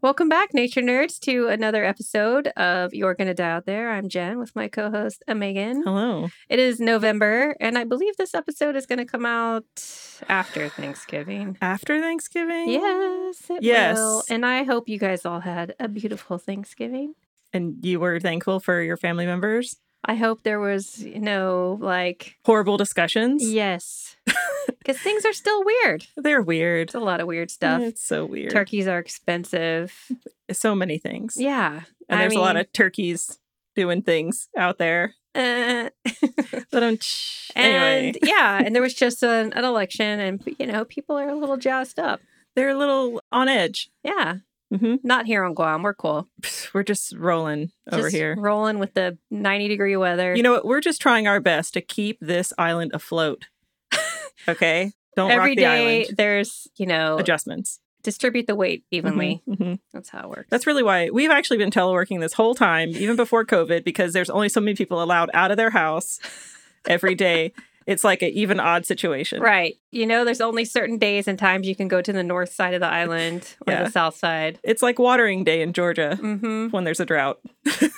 Welcome back, nature nerds, to another episode of You're Gonna Die Out There. I'm Jen with my co host, Megan. Hello. It is November, and I believe this episode is gonna come out after Thanksgiving. After Thanksgiving? Yes, it Yes. will. And I hope you guys all had a beautiful Thanksgiving. And you were thankful for your family members? I hope there was, you know, like, Horrible discussions? yes, because things are still weird. They're weird. It's a lot of weird stuff. It's so weird. Turkeys are expensive. So many things. Yeah. And I there's a lot mean, of turkeys doing things out there. uh, But um, tsh, and anyway, yeah, and there was just an, an election, and you know, people are a little jazzed up. they're a little on edge. Yeah, hmm not here on Guam. We're cool. We're just rolling over Just here. rolling with the ninety degree weather. You know what? We're just trying our best to keep this island afloat. Okay? Don't every rock the day island. there's you know Adjustments. distribute the weight evenly. Mhm, mhm. That's how it works. That's really why we've actually been teleworking this whole time, even before COVID, because there's only so many people allowed out of their house every day. it's like an even odd situation. right. You know, there's only certain days and times you can go to the north side of the island or Yeah. the south side. It's like watering day in Georgia Mm-hmm. when there's a drought.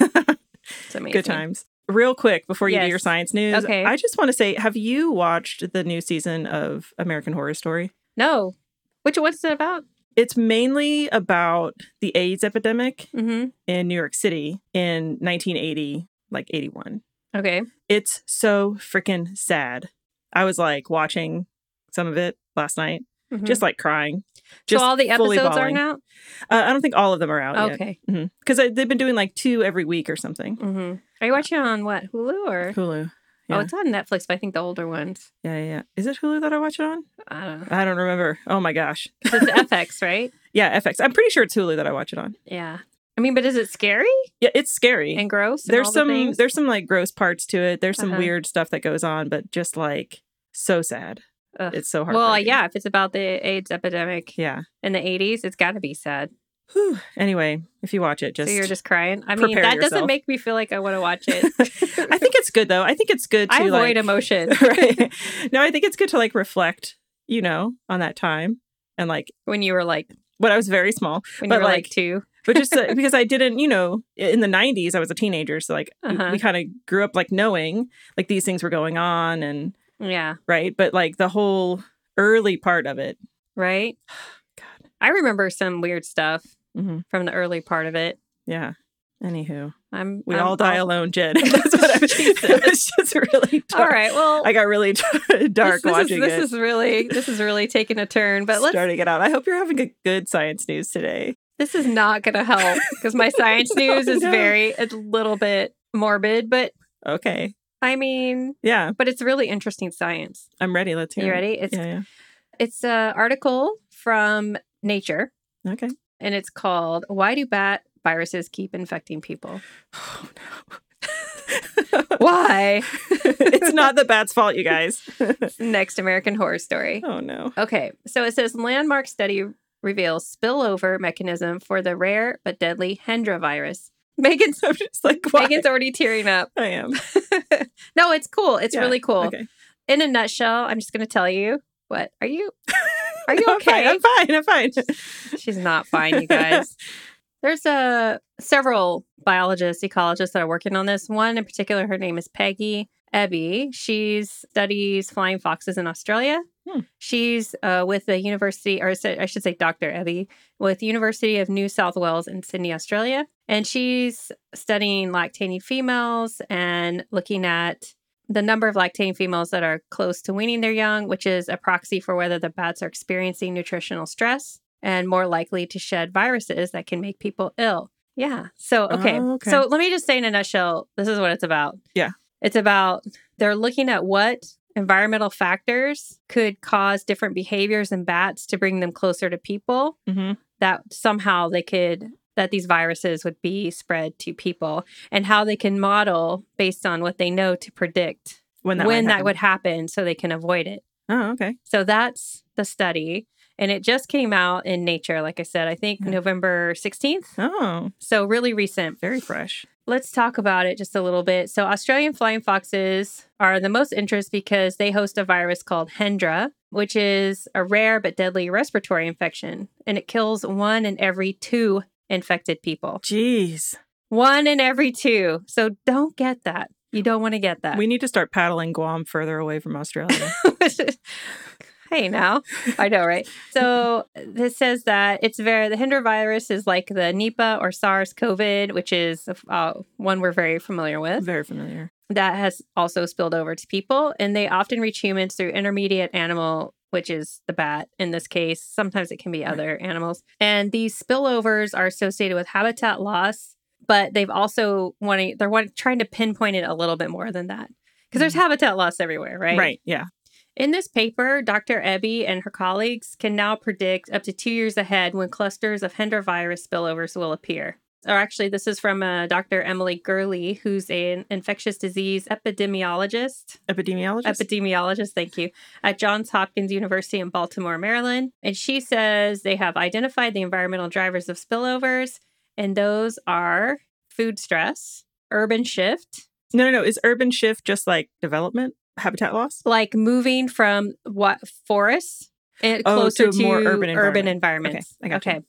It's amazing. Good times. Real quick before you do Yes. your science news, Okay. I just want to say have you watched the new season of American Horror Story? No, which what's it about? It's mainly about the AIDS epidemic Mm-hmm. in New York City in 1980, like 81. Okay. It's so freaking sad. I was like watching some of it last night, Mhm. just like crying. so all the fully episodes bawling. aren't out. Uh, I don't think all of them are out yet Okay. because they've been doing like two every week or something. Mm-hmm. Are you watching on what Hulu or? Hulu. Oh, Yeah. it's on Netflix, but I think the older ones. Yeah, yeah, yeah. Is it Hulu that I watch it on? I don't know. I don't remember. Oh my gosh. 'Cause It's FX, right? Yeah, FX. I'm pretty sure it's Hulu that I watch it on. Yeah. I mean, but is it scary Yeah, it's scary. and gross? and all there's the some things? there's some like gross parts to it. There's some Uh-huh. weird stuff that goes on, but just like so sad. Ugh. It's so hard. well, yeah. If it's about the AIDS epidemic Yeah. in the '80s, it's got to be sad. Whew. Anyway, if you watch it, just so you're just crying. I mean, prepare that doesn't yourself. make me feel like I want to watch it. I think it's good though. I think it's good to I avoid like, emotion. right? No, I think it's good to like reflect, you know, on that time and like when you were like when I was very small, when you But, were like, like, two. but just uh, because I didn't, you know, in the '90s I was a teenager, so like we- Uh-huh. we kind of grew up like knowing like these things were going on and Yeah. right, but like the whole early part of it. Right. God. I remember some weird stuff hmm from the early part of it. Yeah. Anywho, I'm. we I'm all die alone, Jed. That's what I was. it was just really All dark. right. Well. I got really dark this, this watching is, it. this is really this is really taking a turn but let's starting it out. I hope you're having a good science news today. this is not gonna help because my science No, news is no. very a little bit morbid but Okay. i mean Yeah, but it's really interesting science I'm ready. Let's hear you it. ready it's Yeah, it's an article from nature yeah. Okay. and it's called why do bat viruses keep infecting people Oh, no. why it's not the bat's fault, you guys. next american horror story oh, no. okay so it says landmark study reveals spillover mechanism for the rare but deadly hendra virus megan's I'm just like, why? megan's already tearing up I am. no, it's cool. It's Yeah, really cool. Okay. In a nutshell, I'm just going to tell you what are you? Are you I'm okay? fine, I'm fine. I'm fine. She's not fine, you guys. There's uh, several biologists, ecologists that are working on this. One in particular, her name is Peggy Ebby. She studies flying foxes in Australia. Hmm. She's uh, with the University, or so- I should say, Dr. Ebby, with University of New South Wales in Sydney, Australia, and she's studying lactating females and looking at the number of lactating females that are close to weaning their young, which is a proxy for whether the bats are experiencing nutritional stress and more likely to shed viruses that can make people ill. Yeah. So, okay. Oh, okay. So, let me just say in a nutshell this is what it's about. Yeah. It's about they're looking at what environmental factors could cause different behaviors in bats to bring them closer to people hmm that somehow they could that these viruses would be spread to people and how they can model based on what they know to predict when that when might that would happen so they can avoid it. happen. Oh, okay. So that's the study. And it just came out in Nature, like I said, I think Yeah. November 16th. Oh, So really recent. very fresh. Let's talk about it just a little bit. So, Australian flying foxes are the most interest because they host a virus called Hendra, which is a rare but deadly respiratory infection, and it kills one in every two infected people. Jeez. One in every two. So, don't get that. You don't want to get that. We need to start paddling Guam further away from Australia. hey, now I know, right? So this says that it's very the Hendra virus is like the Nipah or SARS COVID, which is uh, one we're very familiar with. very familiar. that has also spilled over to people and they often reach humans through intermediate animal which is the bat in this case sometimes it can be Right. other animals and these spillovers are associated with habitat loss but they've also wanting they're wanting, trying to pinpoint it a little bit more than that because there's Mhm. habitat loss everywhere right right. Yeah. in this paper, Dr. Ebby and her colleagues can now predict up to two years ahead when clusters of Hendra virus spillovers will appear. Or actually, this is from uh, Dr. Emily Gurley, who's an infectious disease epidemiologist Epidemiologist. epidemiologist, thank you, at Johns Hopkins University in Baltimore, Maryland. And she says they have identified the environmental drivers of spillovers, and those are food stress, urban shift, no, no, no. Is urban shift just like development, habitat loss? like moving from what forests and Oh, closer to to more urban, urban environments. Okay, I gotcha.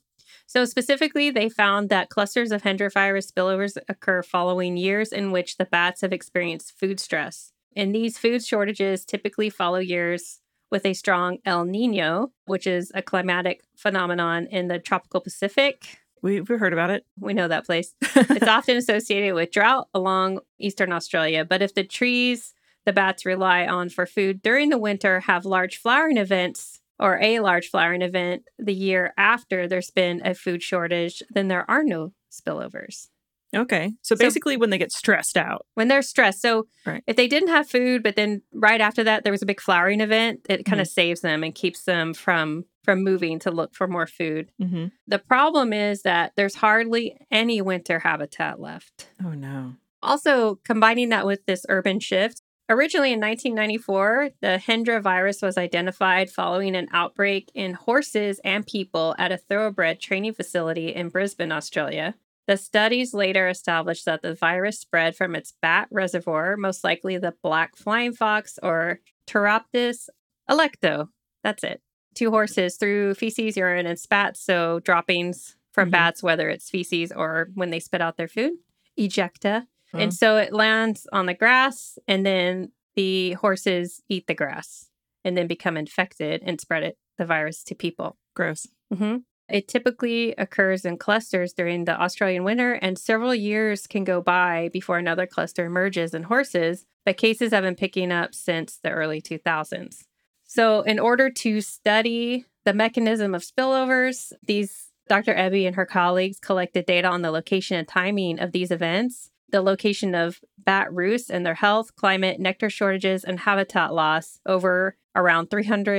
So specifically, they found that clusters of Hendra virus spillovers occur following years in which the bats have experienced food stress. And these food shortages typically follow years with a strong El Nino, which is a climatic phenomenon in the tropical Pacific. We, we heard about it. We know that place. It's often associated with drought along eastern Australia, but if the trees the bats rely on for food during the winter have large flowering events or a large flowering event the year after there's been a food shortage, then there are no spillovers. okay. So So- basically, when they get stressed out, When they're stressed, so Right. if they didn't have food, but then right after that there was a big flowering event, it kind of saves them and keeps them from from moving to look for more food. mm-hmm. The problem is that there's hardly any winter habitat left. oh no. Also, combining that with this urban shift, originally in 1994, the Hendra virus was identified following an outbreak in horses and people at a thoroughbred training facility in Brisbane, Australia. The studies later established that the virus spread from its bat reservoir, most likely the black flying fox or Pteroptis electo. That's it. Two horses through feces, urine, and spat, so droppings from Mhm. bats, whether it's feces or when they spit out their food. Ejecta. Mhm. And so it lands on the grass, and then the horses eat the grass and then become infected and spread it, the virus to people. Gross. hmm It typically occurs in clusters during the Australian winter, and several years can go by before another cluster emerges in horses. But cases have been picking up since the early 2000s. So, in order to study the mechanism of spillovers, these Dr. Ebby and her colleagues collected data on the location and timing of these events, the location of bat roosts and their health, climate, nectar shortages, and habitat loss over around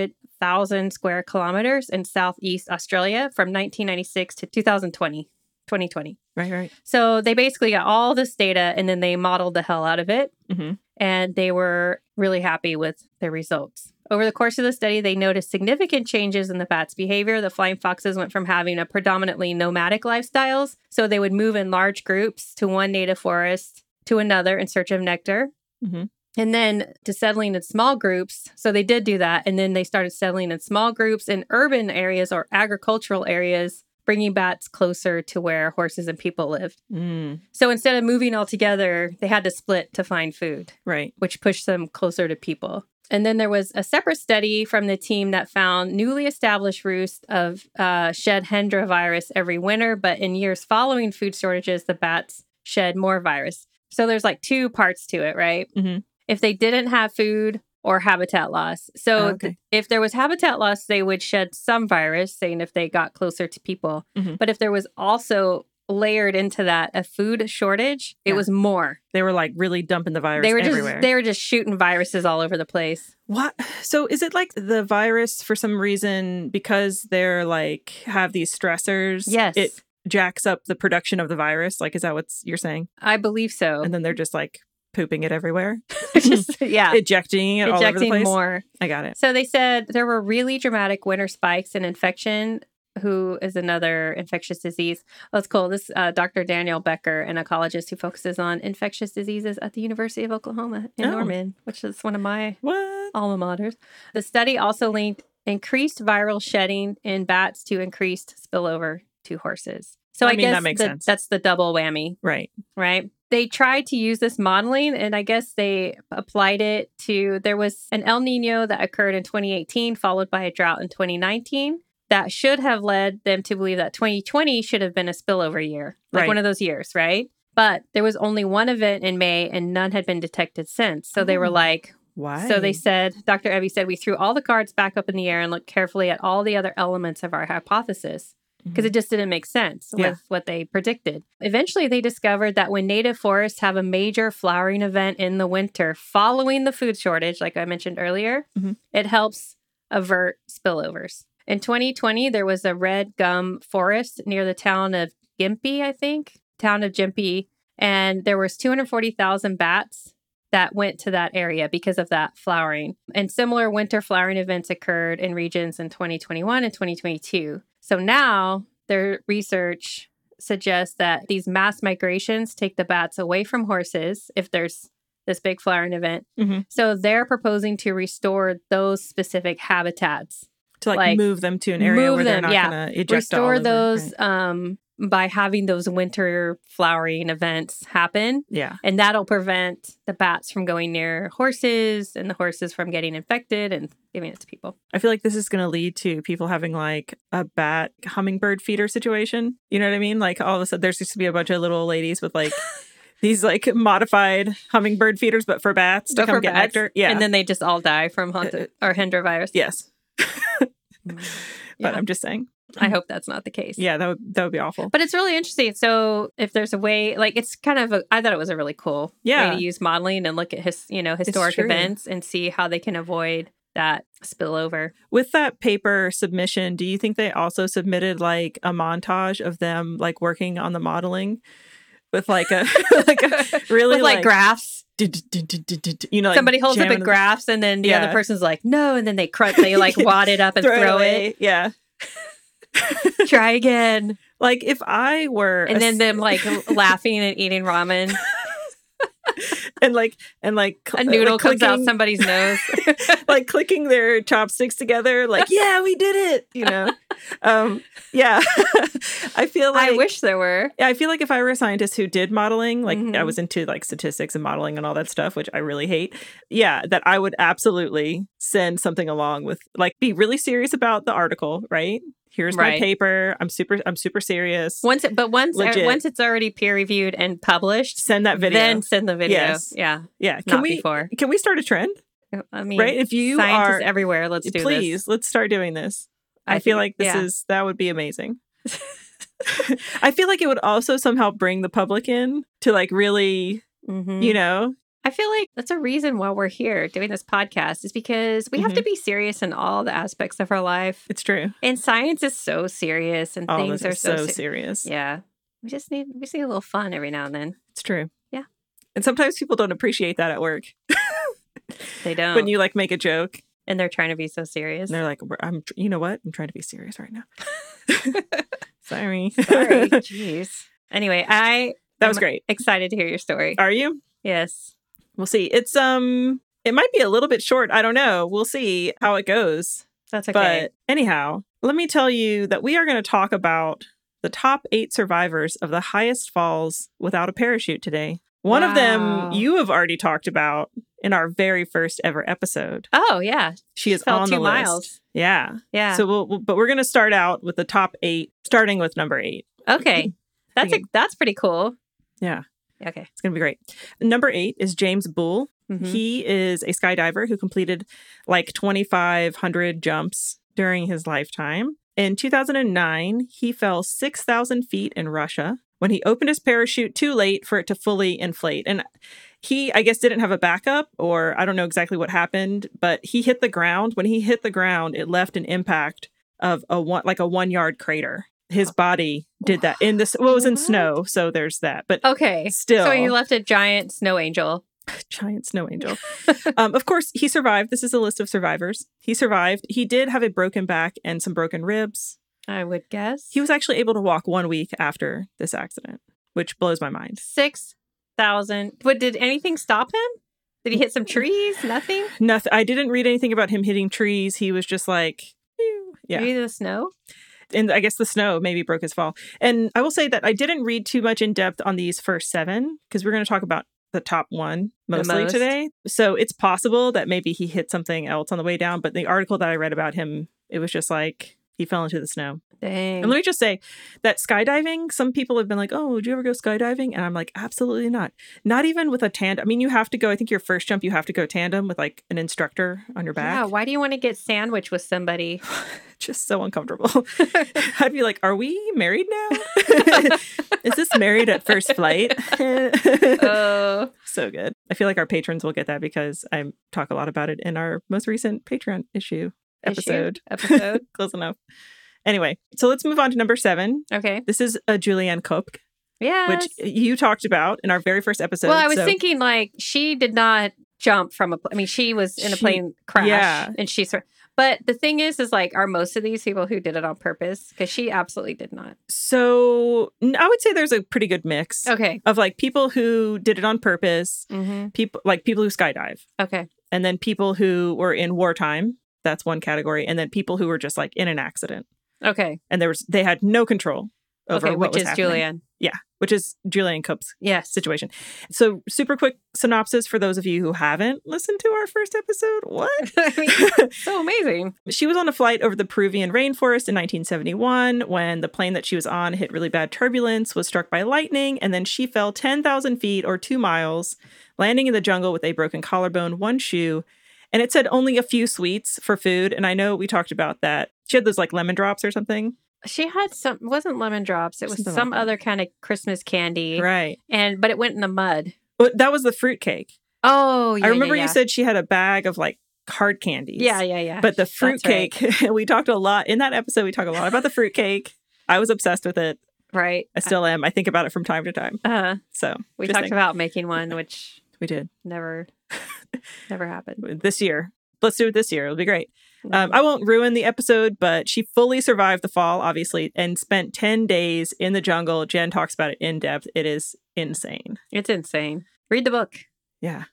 300,000 square kilometers in Southeast Australia from 1996 to 2020. 2020. Right. Right. So they basically got all this data and then they modeled the hell out of it Mm-hmm. and they were really happy with their results. Over the course of the study, they noticed significant changes in the bats' behavior. The flying foxes went from having a predominantly nomadic lifestyles, so they would move in large groups to one native forest to another in search of nectar. Mhm. And then to settling in small groups. So they did do that. And then they started settling in small groups in urban areas or agricultural areas, bringing bats closer to where horses and people lived. Mm. So instead of moving all together, they had to split to find food Right. which pushed them closer to people. And then there was a separate study from the team that found newly established roosts of uh, shed Hendra virus every winter, but in years following food shortages, the bats shed more virus. So there's like two parts to it, right? Mhm. If they didn't have food or habitat loss. So Oh, th- okay. if there was habitat loss, they would shed some virus, saying if they got closer to people. Mhm. But if there was also layered into that a food shortage, it Yeah. was more They were like really dumping the virus they were just everywhere. they were just shooting viruses all over the place. What? So is it like the virus for some reason because they're like have these stressors? Yes. It jacks up the production of the virus? Like, is that what you're saying? I believe so. And then they're just like pooping it everywhere, Just yeah, ejecting it all over the ejecting place. more. I got it. So they said there were really dramatic winter spikes in infection, who is another infectious disease. That's cool. This uh, Dr. Daniel Becker, an ecologist who focuses on infectious diseases at the University of Oklahoma in Oh. Norman, which is one of my What? alma maters. The study also linked increased viral shedding in bats to increased spillover to horses. So I I, mean, guess that makes the- sense. that's the double whammy Right. right? They tried to use this modeling and I guess they applied it to there was an El Nino that occurred in 2018, followed by a drought in 2019. That should have led them to believe that 2020 should have been a spillover year, like Right. one of those years, right? But there was only one event in May and none had been detected since. So they were Oh. like, Why? so they said, Dr. Evie said, we threw all the cards back up in the air and looked carefully at all the other elements of our hypothesis because it just didn't make sense Yeah. with what they predicted. Eventually, they discovered that when native forests have a major flowering event in the winter following the food shortage, like I mentioned earlier, Mhm. it helps avert spillovers. In 2020, there was a red gum forest near the town of Gympie, I think, town of Gympie, and there was 240,000 bats that went to that area because of that flowering. And similar winter flowering events occurred in regions in 2021 and 2022. So now their research suggests that these mass migrations take the bats away from horses if there's this big flowering event. Mhm. So they're proposing to restore those specific habitats to like, like, move them to an area move where they're them, not yeah. going to eject all restore over, those right. um, by having those winter flowering events happen Yeah. and that'll prevent the bats from going near horses and the horses from getting infected and giving it to people. I feel like this is going to lead to people having like a bat hummingbird feeder situation. You know what I mean? Like all of a sudden, there's used to be a bunch of little ladies with like these like modified hummingbird feeders, but for bats to But come for get bats, nectar. Yeah. Uh, And then they just all die from Hunter or Hendra virus. yes. Mm. Yeah. But I'm just saying. I hope that's not the case. Yeah, that would that would be awful. But it's really interesting. So if there's a way, like it's kind of, a, I thought it was a really cool Yeah. way to use modeling and look at his, you know, historic true. events and see how they can avoid that spillover. With that paper submission, do you think they also submitted like a montage of them like working on the modeling with like a like a really With like, graphs, du- du- du- du- du- du- du- you know like somebody holds up jamming a the- graph, and then the Yeah. other person's like, "No," and then they crunch, they like wad it up and throw, it. away. Yeah. Try again. Like if I were a and then s- them like l- laughing and eating ramen. and like and like cl- A noodle like comes out clicking- somebody's nose. like clicking their chopsticks together like yeah, we did it, you know. um yeah. I feel like I wish there were. Yeah, I feel like if I were a scientist who did modeling, like I Mhm. was into like statistics and modeling and all that stuff, which I really hate. Yeah, that I would absolutely send something along with like be really serious about the article, right? Here's my Right. paper. I'm super I'm super serious. Once, it, but once er, Legit. once it's already peer reviewed and published, Send that video. then send the video. Yes. Yeah, yeah. Can not we before. can we start a trend? I mean, right? If you scientists are everywhere, let's do please, this. let's start doing this. I, feel like this is that would be amazing. I feel like it would also somehow bring the public in to like really, hmm you know, I feel like that's a reason why we're here doing this podcast is because we have to Mm-hmm. be serious in all the aspects of our life, it's true. and science is so serious, and All things this are is so, so. serious. serious. yeah, we just need we just need a little fun every now and then. It's true. Yeah. And sometimes people don't appreciate that at work They don't, when you like make a joke and they're trying to be so serious. and they're like, "We're- "I'm, tr- you know what? I'm trying to be serious right now." Sorry. Sorry. Jeez. Anyway, I that was I'm great. excited to hear your story. Are you? Yes. We'll see. It's um, it might be a little bit short. I don't know. We'll see how it goes. That's okay. But anyhow, let me tell you that we are going to talk about the top eight survivors of the highest falls without a parachute today. One of them Wow. you have already talked about in our very first ever episode. oh yeah. She is Fell on two the list. miles. Yeah. Yeah. So we'll, we'll- but we're going to start out with the top 8 starting with number 8. okay. That's a, that's pretty cool. Yeah. Okay. It's going to be great. Number 8 is James Bull. Mhm. He is a skydiver who completed like 2500 jumps during his lifetime. In 2009, he fell 6000 feet in Russia when he opened his parachute too late for it to fully inflate. And he I guess didn't have a backup or I don't know exactly what happened, but he hit the ground. When he hit the ground, it left an impact of a one like a 1 yard crater. his body did that in this. Well, it was in snow, so there's that. But Okay. still, So he left a giant snow angel. giant snow angel. um, of course, he survived. This is a list of survivors. He survived. He did have a broken back and some broken ribs. I would guess He was actually able to walk one week after this accident, which blows my mind. six thousand. But did anything stop him? Did he hit some trees? Nothing. Nothing. I didn't read anything about him hitting trees. He was just like, "Ew." yeah. Maybe the snow. And I guess the snow maybe broke his fall. And I will say that I didn't read too much in depth on these first seven because we're going to talk about the top one The mostly most. today. So it's possible that maybe he hit something else on the way down. But the article that I read about him, it was just like he fell into the snow. Dang. And let me just say that skydiving, some people have been like, oh, would you ever go skydiving? And I'm like, absolutely not. Not even with a tandem. I mean, you have to go, I think your first jump, you have to go tandem with like an instructor on your back. Yeah. Why do you want to get sandwiched with somebody? Just so uncomfortable. I'd be like, are we married now? Is this married at first flight? Oh, so good. I feel like our patrons will get that because I talk a lot about it in our most recent Patreon issue Issue? episode. episode. Close enough. Anyway, so let's move on to number seven. Okay. This is a Julianne Kopk. Yeah. which you talked about in our very first episode. well, I was so- thinking like she did not jump from a. pl- I mean, she was in a She- plane crash, yeah. and she's. But the thing is, is like, are most of these people who did it on purpose? Because she absolutely did not. So n- I would say there's a pretty good mix Okay. of like people who did it on purpose, Mm-hmm. people like people who skydive, Okay. and then people who were in wartime. That's one category, and then people who were just like in an accident, Okay. and there was they had no control over okay. what Which was is happening, Julianne. which is Julian Cope's Yes. situation. So super quick synopsis for those of you who haven't listened to our first episode. What? I mean, so amazing. She was on a flight over the Peruvian rainforest in 1971 when the plane that she was on hit really bad turbulence, was struck by lightning, and then she fell 10,000 feet or two miles, landing in the jungle with a broken collarbone, one shoe, and it said only a few sweets for food. And I know we talked about that. She had those like lemon drops or something. She had some. it Wasn't lemon drops. It was Something like some that. other kind of Christmas candy. Right. And but it went in the mud. But that was the fruit cake. Oh, yeah. I remember yeah, you said she had a bag of like hard candies. Yeah, yeah, yeah. yeah. But the fruit That's right. cake, we talked a lot in that episode. We talked a lot about the fruit cake. I was obsessed with it. right. I still am. I think about it from time to time. Uh, So we Just talked think. about making one, which we did never, never happened. this year. Let's do it this year. It'll be great. Um, I won't ruin the episode, but she fully survived the fall, obviously, and spent 10 days in the jungle. Jen talks about it in depth. It is insane. It's insane. Read the book. Yeah.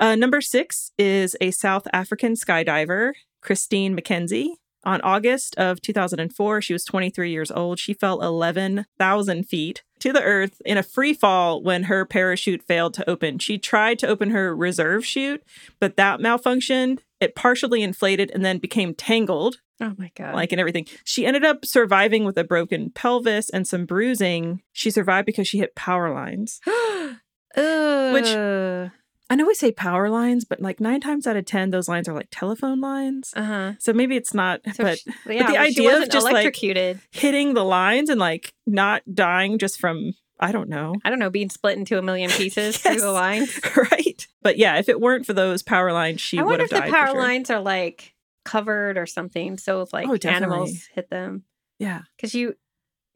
Uh, number six is a South African skydiver, Christine McKenzie. On August of 2004, she was 23 years old. She fell 11,000 feet to the earth in a free fall when her parachute failed to open. She tried to open her reserve chute, but that malfunctioned. It partially inflated and then became tangled, Oh my god. like and everything. She ended up surviving with a broken pelvis and some bruising. She survived because she hit power lines. Ugh. I know we say power lines, but like nine times out of 10, those lines are like telephone lines. uh-huh. So maybe it's not, So but she- yeah, the well, she idea of wasn't just, like- electrocuted. hitting the lines and like not dying just from, I don't know. I don't know, being split into a million pieces through Yes. the line. right. But yeah, if it weren't for those power lines, she I would wonder if have the died. for power sure. lines are like covered or something, so if like Oh, definitely. animals hit them, Yeah. because you,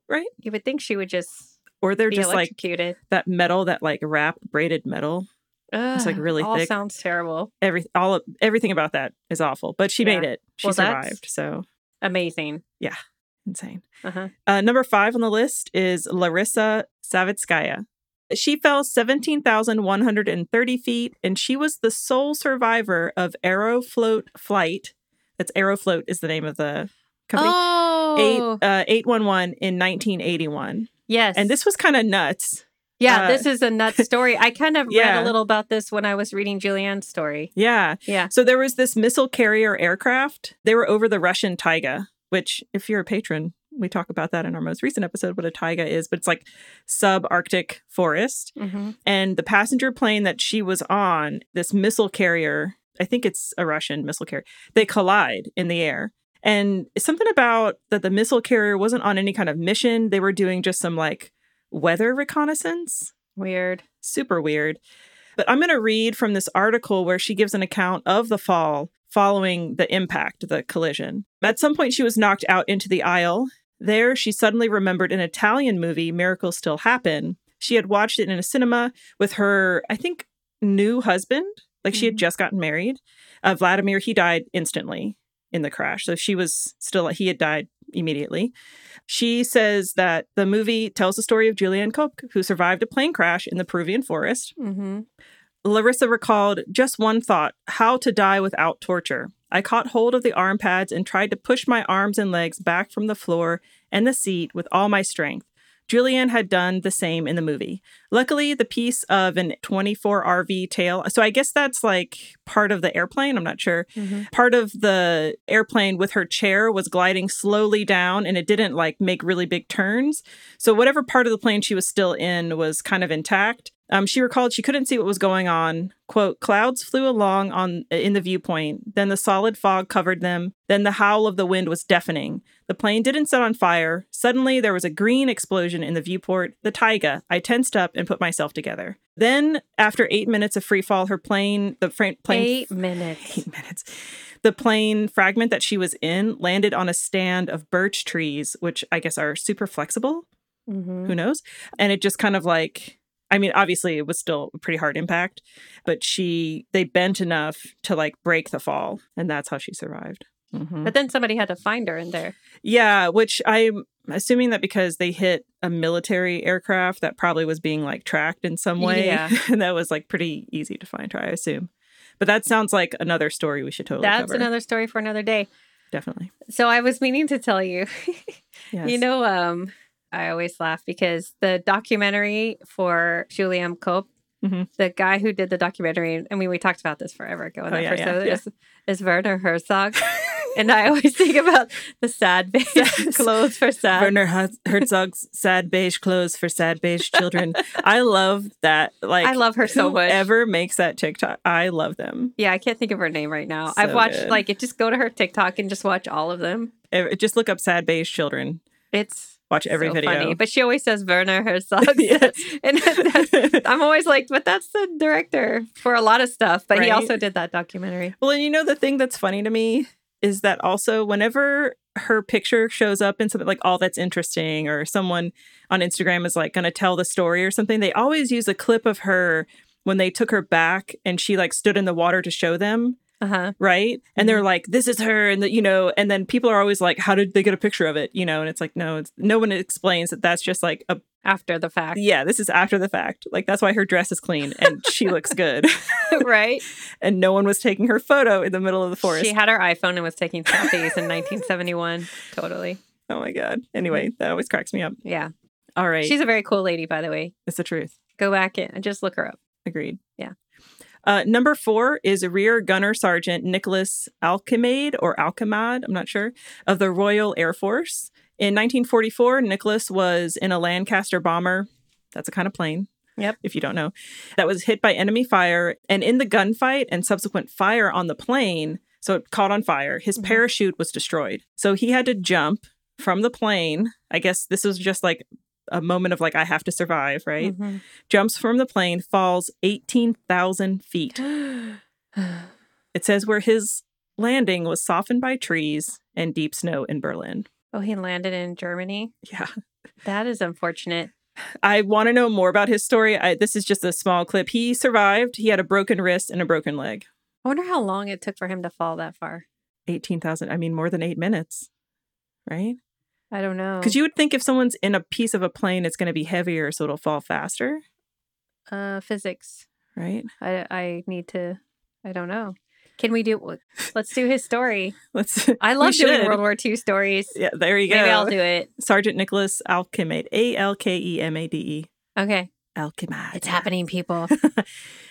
Right. You would think she would just Or they're be just like electrocuted. that metal, that like wrapped braided metal. like, Ugh, really all thick. sounds terrible. Every all of, everything about that is awful. But she Yeah. made it. She Well, that's- survived. So Amazing. insane. Uh huh. Uh, number five on the list is Larissa Savitskaya. She fell 17,130 feet, and she was the sole survivor of Aeroflot Flight. That's Aeroflot is the name of the company. Eight, Oh, uh, 811 in 1981. yes. And this was kind of nuts. yeah, uh, this is a nuts story. I kind of read Yeah. a little about this when I was reading Julianne's story. Yeah. Yeah. So there was this missile carrier aircraft. They were over the Russian taiga, which, if you're a patron, we talk about that in our most recent episode, what a taiga is, but it's like subarctic forest. Mm-hmm. and the passenger plane that she was on, this missile carrier, I think it's a Russian missile carrier, they collide in the air. And something about that the missile carrier wasn't on any kind of mission. They were doing just some like weather reconnaissance. Weird. Super weird. But I'm going to read from this article where she gives an account of the fall following the impact, the collision. At some point, she was knocked out into the aisle There, she suddenly remembered an Italian movie, Miracles Still Happen. She had watched it in a cinema with her, I think, new husband. Like she had Mhm. just gotten married. Uh, Vladimir, he died instantly in the crash. So she was still, he had died immediately. She says that the movie tells the story of Julianne Koch, who survived a plane crash in the Peruvian forest. Mm-hmm. Larissa recalled just one thought how to die without torture. I caught hold of the arm pads and tried to push my arms and legs back from the floor and the seat with all my strength. Julianne had done the same in the movie. Luckily, the piece of an 24 RV tail, so I guess that's like part of the airplane, I'm not sure. Mm-hmm. Part of the airplane with her chair was gliding slowly down and it didn't like make really big turns. So whatever part of the plane she was still in was kind of intact. Um, she recalled she couldn't see what was going on. "Quote: Clouds flew along on in the viewpoint. Then the solid fog covered them. Then the howl of the wind was deafening. The plane didn't set on fire. Suddenly there was a green explosion in the viewport. The taiga. I tensed up and put myself together. Then, after eight minutes of free fall, her plane, the fra- plane, Eight minutes. eight minutes. The plane fragment that she was in landed on a stand of birch trees, which I guess are super flexible Mm-hmm. who knows and it just kind of like i mean obviously it was still a pretty hard impact but she they bent enough to like break the fall and that's how she survived Mhm. But then somebody had to find her in there. yeah which i'm assuming that because they hit a military aircraft that probably was being like tracked in some way Yeah. and that was like pretty easy to find her i assume but that sounds like another story we should totally That's cover. another story for another day. definitely So I was meaning to tell you. yes. You know, um, I always laugh because the documentary for Julianne Cope, Mhm. the guy who did the documentary, I mean, we talked about this forever ago in Oh, that yeah, first yeah, episode, yeah. Is, is Werner Herzog. and I always think about the sad Sad- face clothes for sad. Werner Herz- Herzog's sad beige clothes for sad beige children. I love that. Like I love her so much. Whoever makes that TikTok, I love them. yeah, I can't think of her name right now. I've So watched good. like it. Just go to her TikTok and just watch all of them. Eh, Just look up sad beige children. It's Watch every so video. funny, but she always says Werner Herzog. Yes. and that's, I'm always like, but that's the director for a lot of stuff. But he Right. also did that documentary. well, and you know the thing that's funny to me is that also whenever her picture shows up in something like all that's interesting or someone on Instagram is like going to tell the story or something, they always use a clip of her when they took her back and she like stood in the water to show them Uh huh. right? And they're like, "This is her," and the, you know, and then people are always like, "How did they get a picture of it?" You know, and it's like, no, it's, no one explains that that's just like a after the fact, yeah, this is after the fact. Like that's why her dress is clean and she looks good, right? and no one was taking her photo in the middle of the forest. She had her iPhone and was taking selfies in 1971. Totally. oh my god. Anyway, that always cracks me up. Yeah. All right, She's a very cool lady, by the way. it's the truth. Go back and and just look her up. Agreed. Yeah. Uh, number four is Rear Gunner Sergeant Nicholas Alchemade or Alchemad, I'm not sure, of the Royal Air Force. In 1944, Nicholas was in a Lancaster bomber. That's a kind of plane. Yep. If you don't know, that was hit by enemy fire. And in the gunfight and subsequent fire on the plane, so it caught on fire, his Mhm. parachute was destroyed. So he had to jump from the plane. I guess this was just like a moment of like, I have to survive, right? jumps from the plane, falls 18,000 feet. Mm-hmm. It says where his landing was softened by trees and deep snow in Berlin. oh, he landed in Germany. Yeah. That is unfortunate. I want to know more about his story. I, this is just a small clip. He survived. He had a broken wrist and a broken leg. I wonder how long it took for him to fall that far. 18,000, I mean, more than eight minutes, right? Oh. I don't know. Because you would think if someone's in a piece of a plane, it's going to be heavier, so it'll fall faster, uh, physics. right? I I need to. I don't know. Can we do? Let's do his story. Let's. I love doing should. World War II stories. Yeah, there you go. Maybe I'll do it. Sergeant Nicholas Alchemade, A L K E M A D E. Okay, Alchemade. it's happening, people.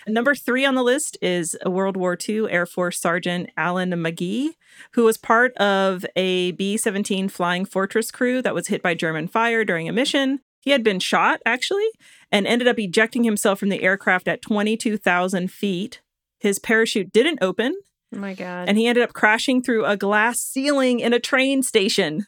Number three on the list is World War II Air Force Sergeant Alan McGee, who was part of a B 17 Flying Fortress crew that was hit by German fire during a mission. He had been shot, actually, and ended up ejecting himself from the aircraft at 22,000 feet. His parachute didn't open, Oh my god. and he ended up crashing through a glass ceiling in a train station.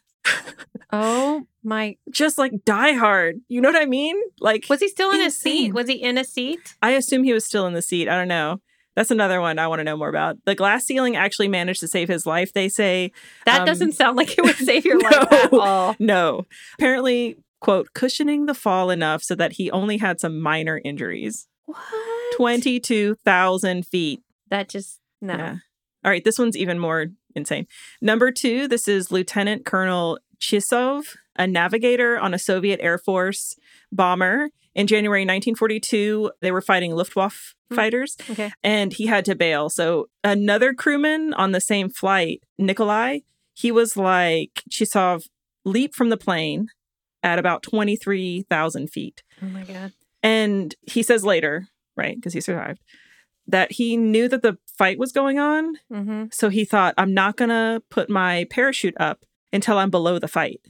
oh my Just like Die Hard. You know what I mean? Like, Was he still in a seat? Insane. Was he in a seat? I assume he was still in the seat. I don't know. That's another one I want to know more about. The glass ceiling actually managed to save his life. They say That Um, doesn't sound like it would save your life no. at all. no. Apparently, quote, cushioning the fall enough so that he only had some minor injuries. What? 22,000 feet. That just no. Yeah. All right. This one's even more insane. Number two, this is Lieutenant Colonel Chisov, a navigator on a Soviet Air Force bomber. In January 1942, they were fighting Luftwaffe Hmm. fighters Okay. and he had to bail. So another crewman on the same flight, Nikolai, he was like Chisov leap from the plane at about 23,000 feet. Oh my god. And he says later, right, because he survived, that he knew that the fight was going on. Mm-hmm. So he thought, I'm not going to put my parachute up until I'm below the fight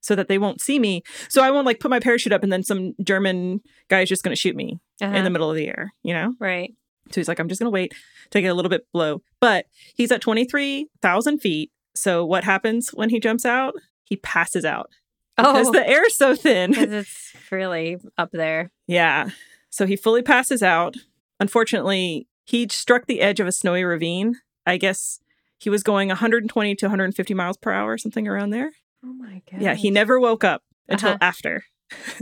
so that they won't see me. So I won't like put my parachute up and then some German guy is just going to shoot me Uh-huh. in the middle of the air, you know? right. So he's like, I'm just going to wait to get a little bit below. But he's at 23,000 feet. So what happens when he jumps out? He passes out because Oh, the air's so thin. because it's really up there. yeah. So he fully passes out. Unfortunately, he struck the edge of a snowy ravine. I guess he was going 120 to 150 miles per hour, something around there. Oh my god. Yeah. He never woke up until Uh-huh. after.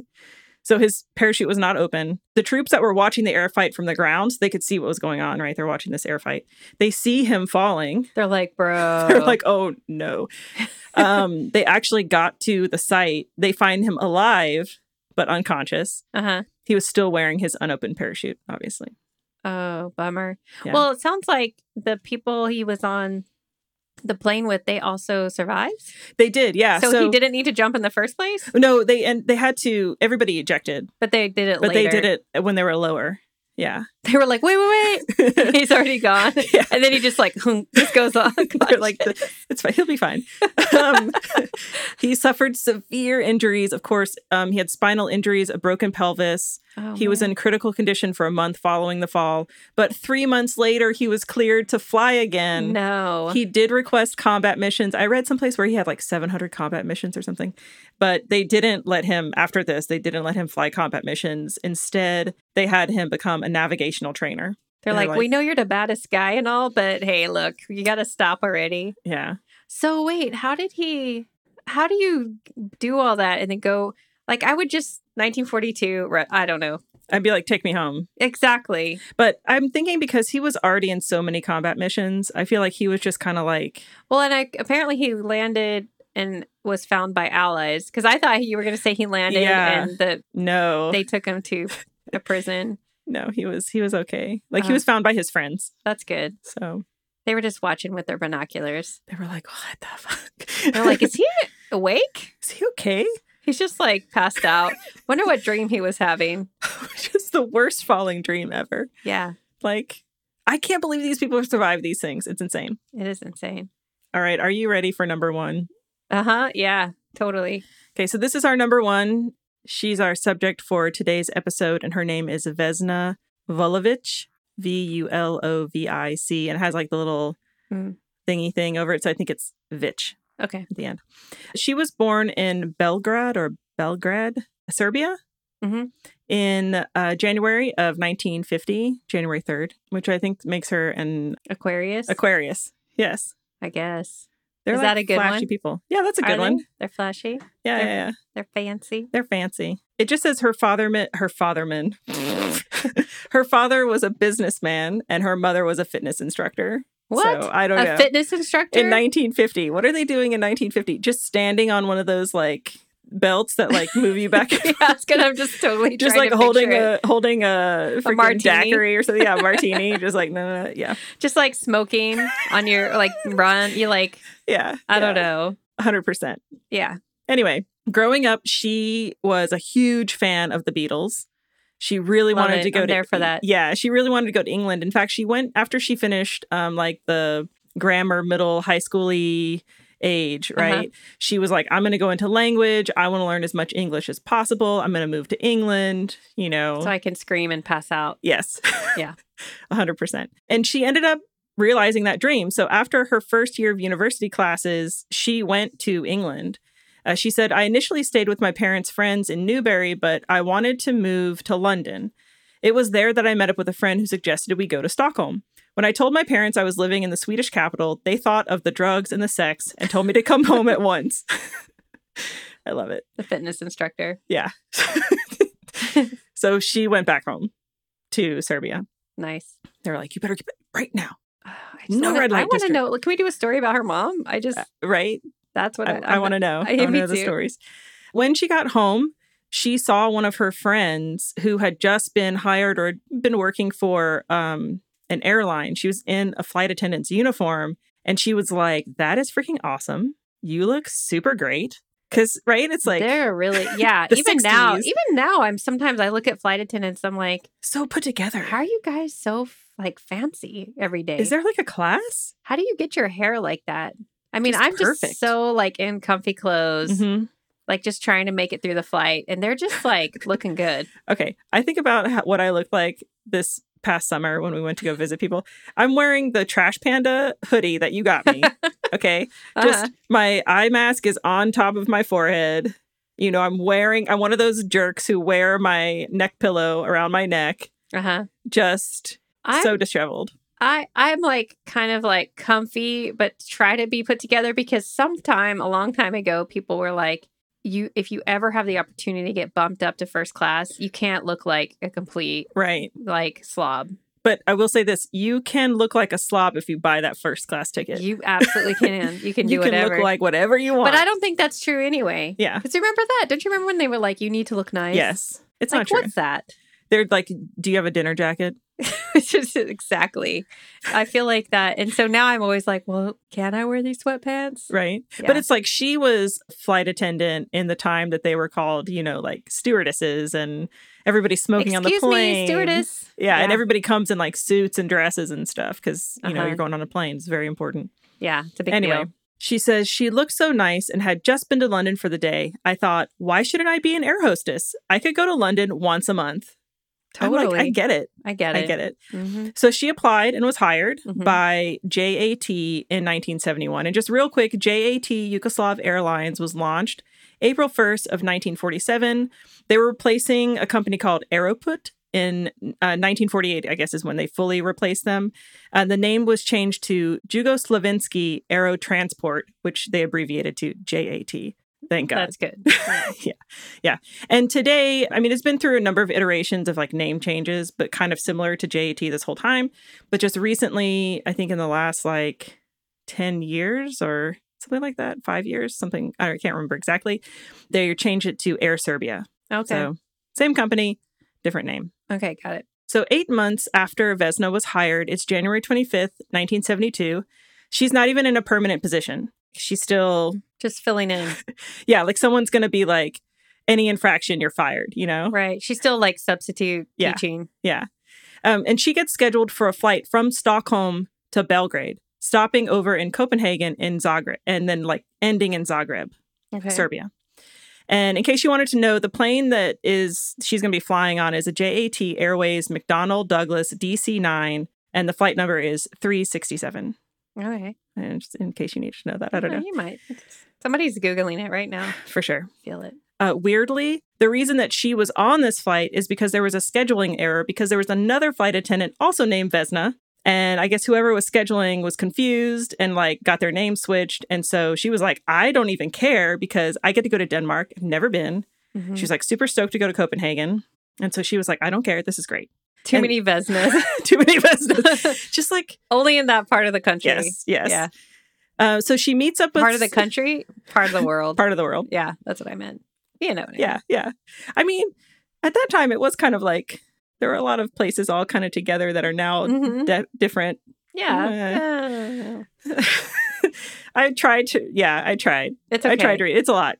so his parachute was not open. The troops that were watching the air fight from the ground, they could see what was going on, right? They're watching this air fight. They see him falling. They're like, bro. They're like, oh no. um, they actually got to the site. They find him alive, but unconscious. uh huh. He was still wearing his unopened parachute, obviously. Oh, bummer. Yeah. Well, it sounds like the people he was on the plane with, they also survived. They did, yeah. so, he didn't need to jump in the first place, No, they and they had to. Everybody ejected, but they did it but later. they did it when they were lower. Yeah. They were like, wait, wait, wait. He's already gone. Yeah. And then he just like, this goes on. They're like, it's fine. He'll be fine. Um, he suffered severe injuries. Of course, um, he had spinal injuries, a broken pelvis, Oh, He was man. in critical condition for a month following the fall, but three months later, he was cleared to fly again. No. He did request combat missions. I read someplace where he had like 700 combat missions or something, but they didn't let him, after this, they didn't let him fly combat missions. Instead, they had him become a navigational trainer. They're They're like, like- we know you're the baddest guy and all, but hey, look, you got to stop already. Yeah. So wait, how did he? How do you do all that and then go? Like, I would just 1942. re- I don't know I'd be like, take me home. exactly. But I'm thinking because he was already in so many combat missions, I feel like he was just kind of like, Well, and I apparently he landed and was found by allies because I thought you were going to say he landed Yeah. and that no, they took him to a prison. no, he was, he was okay. Like he Uh-huh. was found by his friends. That's good. So They were just watching with their binoculars. they were like, what the fuck? They're like, is he awake? Is he okay? He's just like passed out. Wonder what dream he was having. Just the worst falling dream ever. Yeah, Like, I can't believe these people have survived these things. It's insane. it is insane. All right, are you ready for number one? Uh huh. Yeah, totally. Okay, so this is our number one. She's our subject for today's episode, and her name is Vesna Volovich, V U L O V I C, and it has like the little Mm. thingy thing over it. So I think it's Vich Okay. at the end. She was born in Belgrade or Belgrade, Serbia, Mhm. in uh, January of 1950, January 3rd, which I think makes her an Aquarius. Aquarius. Yes. I guess. They're Is like that a good flashy one? people. Yeah, that's a Are good they? one. They're flashy. Yeah, yeah, yeah. They're fancy. They're fancy. It just says her fatherman, her fatherman. her father was a businessman and her mother was a fitness instructor. What? So I don't a know. fitness instructor? oh, in 1950, what are they doing in 1950? Just standing on one of those like belts that like move you back. yeah, I was gonna. I'm just totally Just trying like to holding picture it. a holding a, freaking martini. daiquiri or something, yeah, martini. just like no, no, no, yeah, just like smoking on your like run. You like yeah. I don't know. hundred percent. Yeah. Anyway, growing up, she was a huge fan of the Beatles. She really Love wanted it. to go I'm to E- there for that. Yeah, she really wanted to go to England. In fact, she went after she finished um like the grammar, middle, high schooly age, Uh-huh. right? She was like, I'm gonna go into language. I want to learn as much English as possible. I'm gonna move to England, you know. So I can scream and pass out. Yes. Yeah. 100%. And she ended up realizing that dream. So after her first year of university classes, she went to England. Uh, she said, I initially stayed with my parents' friends in Newbury, but I wanted to move to London. It was there that I met up with a friend who suggested we go to Stockholm. When I told my parents I was living in the Swedish capital, they thought of the drugs and the sex and told me to come home at once. I love it. the fitness instructor. Yeah. so she went back home to Serbia. Nice. They were like, you better get back right now. Oh, I No wanna, red light I want to district. know. Can we do a story about her mom? I just Uh, Right? that's what I, I, want to. to know. I- I, want me to know the too. stories. When she got home, she saw one of her friends who had just been hired or had been working for um, an airline. She was in a flight attendant's uniform, and she was like, "That is freaking awesome! You look super great." Because right, it's like They're really yeah. the even now, 60s. even now, I'm sometimes I look at flight attendants. I'm like, so put together. how are you guys so like fancy every day? Is there like a class? How do you get your hair like that? I mean, Just I'm perfect. just so like in comfy clothes, Mhm. like just trying to make it through the flight, and they're just like looking good. Okay, I think about how, what I looked like this past summer when we went to go visit people. I'm wearing the Trash Panda hoodie that you got me. okay, Uh-huh. just my eye mask is on top of my forehead you know i'm wearing i'm one of those jerks who wear my neck pillow around my neck uh-huh. just I'm, so disheveled I I'm like kind of like comfy, but try to be put together because sometime a long time ago, people were like, "You, if you ever have the opportunity to get bumped up to first class, you can't look like a complete right like slob. but i will say this you can look like a slob if you buy that first class ticket You absolutely can. You can do You whatever. look like whatever you want but I don't think that's true anyway. yeah Because remember that? Don't you remember when they were like, "You need to look nice"? yes it's It's like not true what's that? they're like do you have a dinner jacket It's just- exactly. I feel like that, and so now I'm always like, "Well, can I wear these sweatpants?" right Yeah. but it's like she was flight attendant in the time that they were called you know like stewardesses and everybody smoking on the Excuse plane me, stewardess. Yeah, and Yeah. everybody comes in like suits and dresses and stuff because you know Uh-huh. you're going on a plane. It's very important. Yeah, it's a big anyway, deal. she says she looked so nice and had just been to London for the day. I thought, why shouldn't I be an air hostess? I could go to London once a month. Totally. I'm like, I get it. I get I it. get it. Mhm. So she applied and was hired Mhm. by JAT in 1971. And just real quick, JAT Yugoslav Airlines was launched April 1st of 1947. They were replacing a company called Aeroput in uh, 1948, I guess is when they fully replaced them. Uh, the name was changed to Jugoslavensky Aerotransport, which they abbreviated to JAT. Thank God. That's good. Yeah. And today, I mean, it's been through a number of iterations of like name changes, but kind of similar to JAT this whole time. But just recently, I think in the last like 10 years or something like that, five years, something, I can't remember exactly, they changed it to Air Serbia. Okay. So same company, different name. Okay, got it. So eight months after Vesna was hired, it's January 25th, 1972. She's not even in a permanent position. She's still, Just filling in. yeah, like someone's going to be like, any infraction, you're fired, you know? right. She's still like substitute Oh. Yeah. teaching. Yeah. Um, and she gets scheduled for a flight from Stockholm to Belgrade, stopping over in Copenhagen in Zagreb, and then like ending in Zagreb, Okay. Serbia. And in case you wanted to know, the plane that is she's going to be flying on is a JAT Airways McDonnell Douglas DC-9, and the flight number is 367. Okay. And just in case you need to know that, I don't Oh, know You might. Somebody's Googling it right now. for sure. Feel it. Uh, weirdly, the reason that she was on this flight is because there was a scheduling error because there was another flight attendant also named Vesna. And I guess whoever was scheduling was confused and like got their name switched. And so she was like, I don't even care because I get to go to Denmark. I've never been. Mhm. She was like super stoked to go to Copenhagen. And so she was like, I don't care. This is great. Too and- many Vesnas. Too many Vesnas. Just like, Only in that part of the country. yes, yes. Yeah. Uh, so she meets up with Part of the country, part of the world. part of the world. yeah, that's what I meant. You know. what I mean. yeah yeah i mean at that time it was kind of like there were a lot of places all kind of together that are now Mhm. de- different Yeah. Yeah. i tried to yeah i tried It's okay. i tried to read it's a lot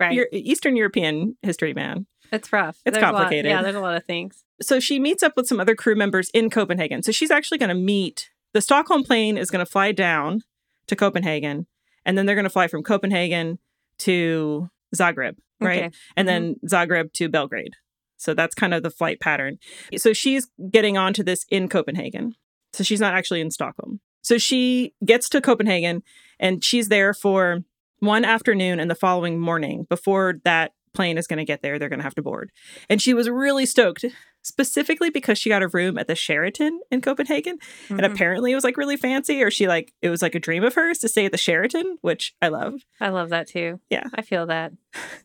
Right. You're, eastern european history man it's rough. It's There's a lot- complicated. yeah, there's a lot of things. so she meets up with some other crew members in copenhagen so she's actually going to meet the stockholm plane is going to fly down to copenhagen and then they're going to fly from copenhagen to zagreb right Okay. and then Zagreb to Belgrade. So that's kind of the flight pattern. So she's getting onto this in Copenhagen. So she's not actually in Stockholm. So she gets to Copenhagen and she's there for one afternoon and the following morning before that plane is going to get there. They're going to have to board. And she was really stoked specifically because she got a room at the Sheraton in Copenhagen. And Mhm. apparently it was like really fancy, or she like, it was like a dream of hers to stay at the Sheraton, which I loved. Mm-hmm. I love that too. Yeah. I feel that.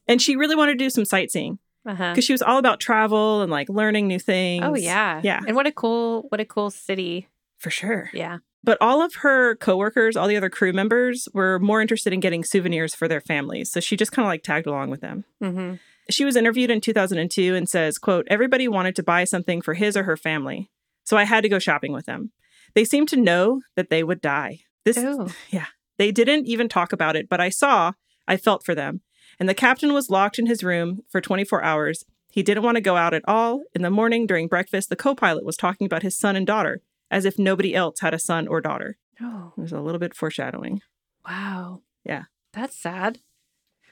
And she really wanted to do some sightseeing Uh huh. because she was all about travel and like learning new things. Oh yeah. Yeah. And what a cool what a cool city. For sure. Yeah. But all of her coworkers, all the other crew members were more interested in getting souvenirs for their families. So she just kind of like tagged along with them. hmm She was interviewed in 2002 and says, quote, everybody wanted to buy something for his or her family. So I had to go shopping with them. They seemed to know that they would die. This Oh. they didn't even talk about it, but I saw, I felt for them. And the captain was locked in his room for 24 hours. He didn't want to go out at all. In the morning during breakfast, the co-pilot was talking about his son and daughter as if nobody else had a son or daughter. Oh. There's a little bit foreshadowing. Wow. Yeah. That's sad.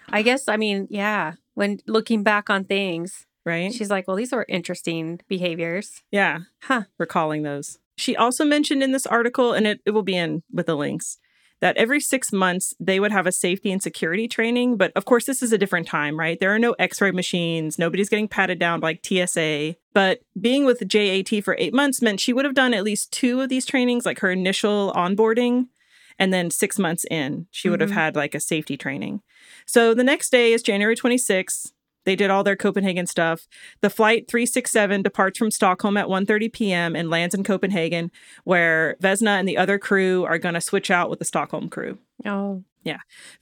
I guess I mean, yeah. When looking back on things, Right? she's like, Well, these were interesting behaviors. yeah. Huh. Recalling those. She also mentioned in this article, and it, it will be in with the links, that every six months they would have a safety and security training. But of course, this is a different time, right? There are no x ray machines. Nobody's getting patted down by like TSA. But being with JAT for eight months meant she would have done at least two of these trainings, like her initial onboarding. And then six months in, she would have Mhm. had like a safety training. So the next day is January 26th. They did all their Copenhagen stuff. The flight 367 departs from Stockholm at 1:30 p.m. and lands in Copenhagen, where Vesna and the other crew are going to switch out with the Stockholm crew. Oh.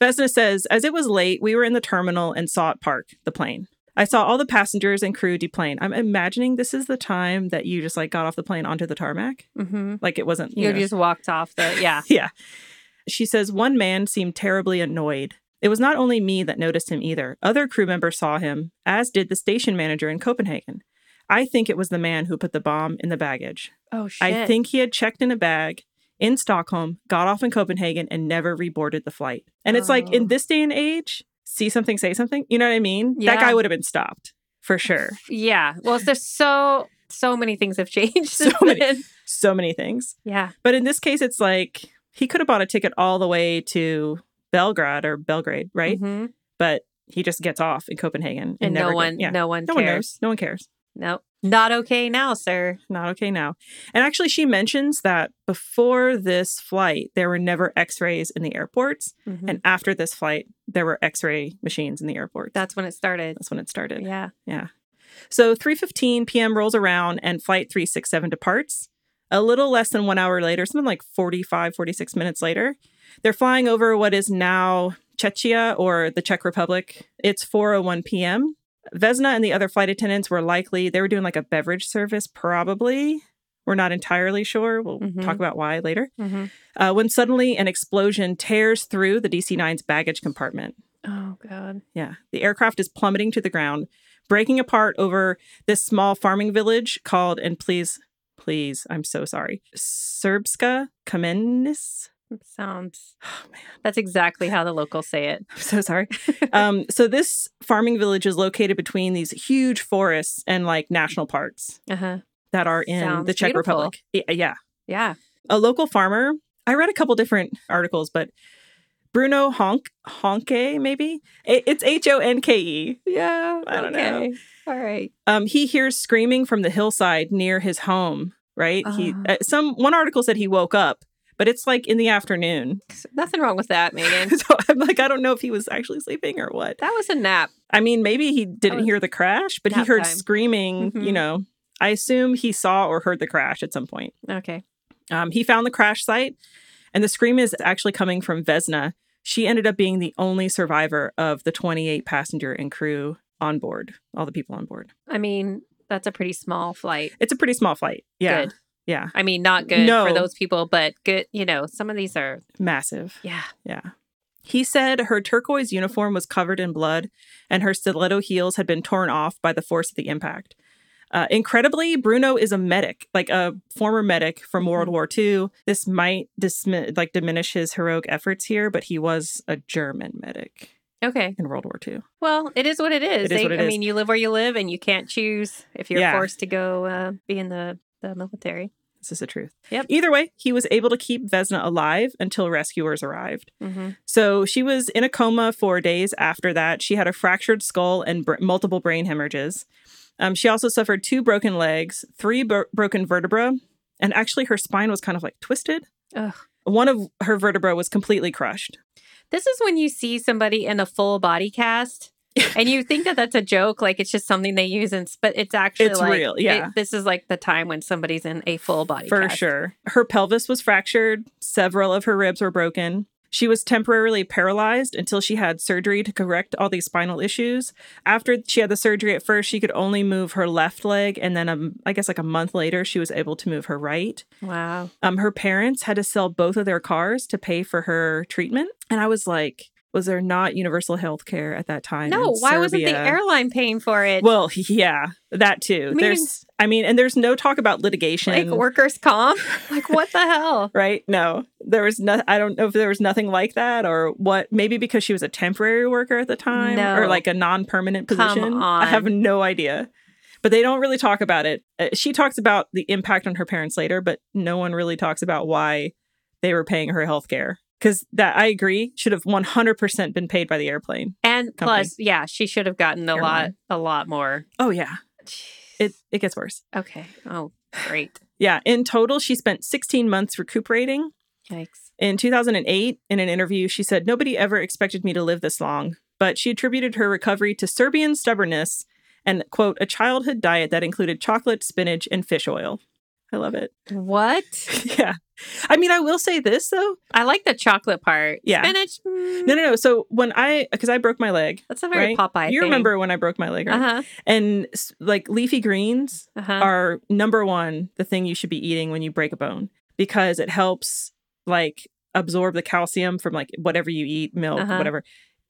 Vesna says, "As it was late, we were in the terminal and saw it park the plane. I saw all the passengers and crew deplane. I'm imagining this is the time that you just like got off the plane onto the tarmac, Mm-hmm. like it wasn't. You, You know. just walked off the yeah. She says one man seemed terribly annoyed. It was not only me that noticed him either. Other crew members saw him, as did the station manager in Copenhagen. I think it was the man who put the bomb in the baggage. Oh shit. I think he had checked in a bag in Stockholm, got off in Copenhagen, and never reboarded the flight. And it's like Oh. in this day and age, see something, say something. You know what I mean? That Yeah. guy would have been stopped for sure. Yeah. Well, there's so so many things have changed. So since many. then. So many things. Yeah. But in this case, it's like he could have bought a ticket all the way to Belgrade or Belgrade, right? Mhm. But he just gets off in Copenhagen and, And never no go- one, yeah. no one, no one cares. knows. No one cares. Nope. Not okay now, sir. Not okay now. And actually, she mentions that before this flight, there were never x rays in the airports. Mhm. And after this flight, there were X-ray machines in the airport. That's when it started. That's when it started. Yeah. So 3:15 p.m. rolls around and flight 367 departs. A little less than 1 hour later, something like 45 46 minutes later, they're flying over what is now Chechia or the Czech Republic. It's 4:01 p.m. Vesna and the other flight attendants were likely they were doing like a beverage service probably. We're not entirely sure. We'll Mhm. talk about why later. Mhm. Uh, when suddenly an explosion tears through the DC 9's baggage compartment. Oh god. Yeah. The aircraft is plummeting to the ground, breaking apart over this small farming village called, and please, please, I'm so sorry, Serbska Kamenis. Sounds. Oh, man. That's exactly how the locals say it. I'm so sorry. um, so, this farming village is located between these huge forests and like national parks Uh huh. that are in Sounds the Czech beautiful. Republic. Y- uh, Yeah. Yeah. A local farmer, I read a couple different articles, but Bruno Honk, Honke, maybe? It- It's H O N K E. Yeah. I don't know. okay. All right. um, he hears screaming from the hillside near his home. Right? He Ah. uh, some one article said he woke up, but it's like in the afternoon. Nothing wrong with that, Megan. so I'm like, I don't know if he was actually sleeping or what. that was a nap. I mean, maybe he was didn't hear the crash, but he Oh, nap heard time. screaming. Mhm. You know, I assume he saw or heard the crash at some point. Okay. Um, he found the crash site, and the scream is actually coming from Vesna. She ended up being the only survivor of the 28 passenger and crew on board, all the people on board. I mean, that's a pretty small flight. It's a pretty small flight. Yeah. Good. Yeah. I mean, not good for No. those people, but good. You know, some of these are. Massive. Yeah. Yeah. He said her turquoise uniform was covered in blood and her stiletto heels had been torn off by the force of the impact. Uh, incredibly, Bruno is a medic, like a former medic from World Mhm. War II. This might dismi- like diminish his heroic efforts here, but he was a German medic Okay. in World War II. Well, it is what it is. It is They- what it I is. mean, you live where you live, and you can't choose if you're Yeah. forced to go uh, be in the the military. This is the truth. Yep. Either way, he was able to keep Vesna alive until rescuers arrived. Mm-hmm. So she was in a coma for days after that. She had a fractured skull and br- multiple brain hemorrhages. Um, she also suffered two broken legs, three bro- broken vertebrae, and actually her spine was kind of like twisted. Ugh. One of her vertebrae was completely crushed. This is when you see somebody in a full body cast and you think that that's a joke, like it's just something they use, and, but it's actually It's like, real, yeah. it- this is like the time when somebody's in a full body For cast. sure. Her pelvis was fractured, several of her ribs were broken. She was temporarily paralyzed until she had surgery to correct all these spinal issues. After she had the surgery at first, she could only move her left leg and then um, I guess like a month later she was able to move her right. Wow. Um her parents had to sell both of their cars to pay for her treatment. And I was like, was there not universal health care at that time? no, in why wasn't the Serbia? airline paying for it? Well, yeah, that too. mean- there's I mean, and there's no talk about litigation. like workers' comp? like what the hell? right? No, there was no. I don't know if there was nothing like that or what. Maybe because she was a temporary worker at the time, or No. like a non-permanent Come position. I on. have no idea. But they don't really talk about it. Uh, She talks about the impact on her parents later, but no one really talks about why they were paying her health care. Because that I agree should have 100% been paid by the airplane. And Company. plus, yeah, she should have gotten a lot, Airline. a lot more. Oh yeah, it it gets worse. okay. Oh, great. Yeah, in total, she spent 16 months recuperating. Yikes. In 2008, in an interview, she said, Nobody ever expected me to live this long, but she attributed her recovery to Serbian stubbornness and, quote, a childhood diet that included chocolate, spinach, and fish oil. I love it. What? yeah. I mean, I will say this, though. I like the chocolate part. Yeah. Spinach. mm, No, no, no. So when I, because I broke my leg, That's a very right? Popeye. you thing. remember when I broke my leg, right? Uh huh. And s- like leafy greens Uh huh. are number one, the thing you should be eating when you break a bone because it helps like absorb the calcium from like whatever you eat, milk, Uh-huh. whatever,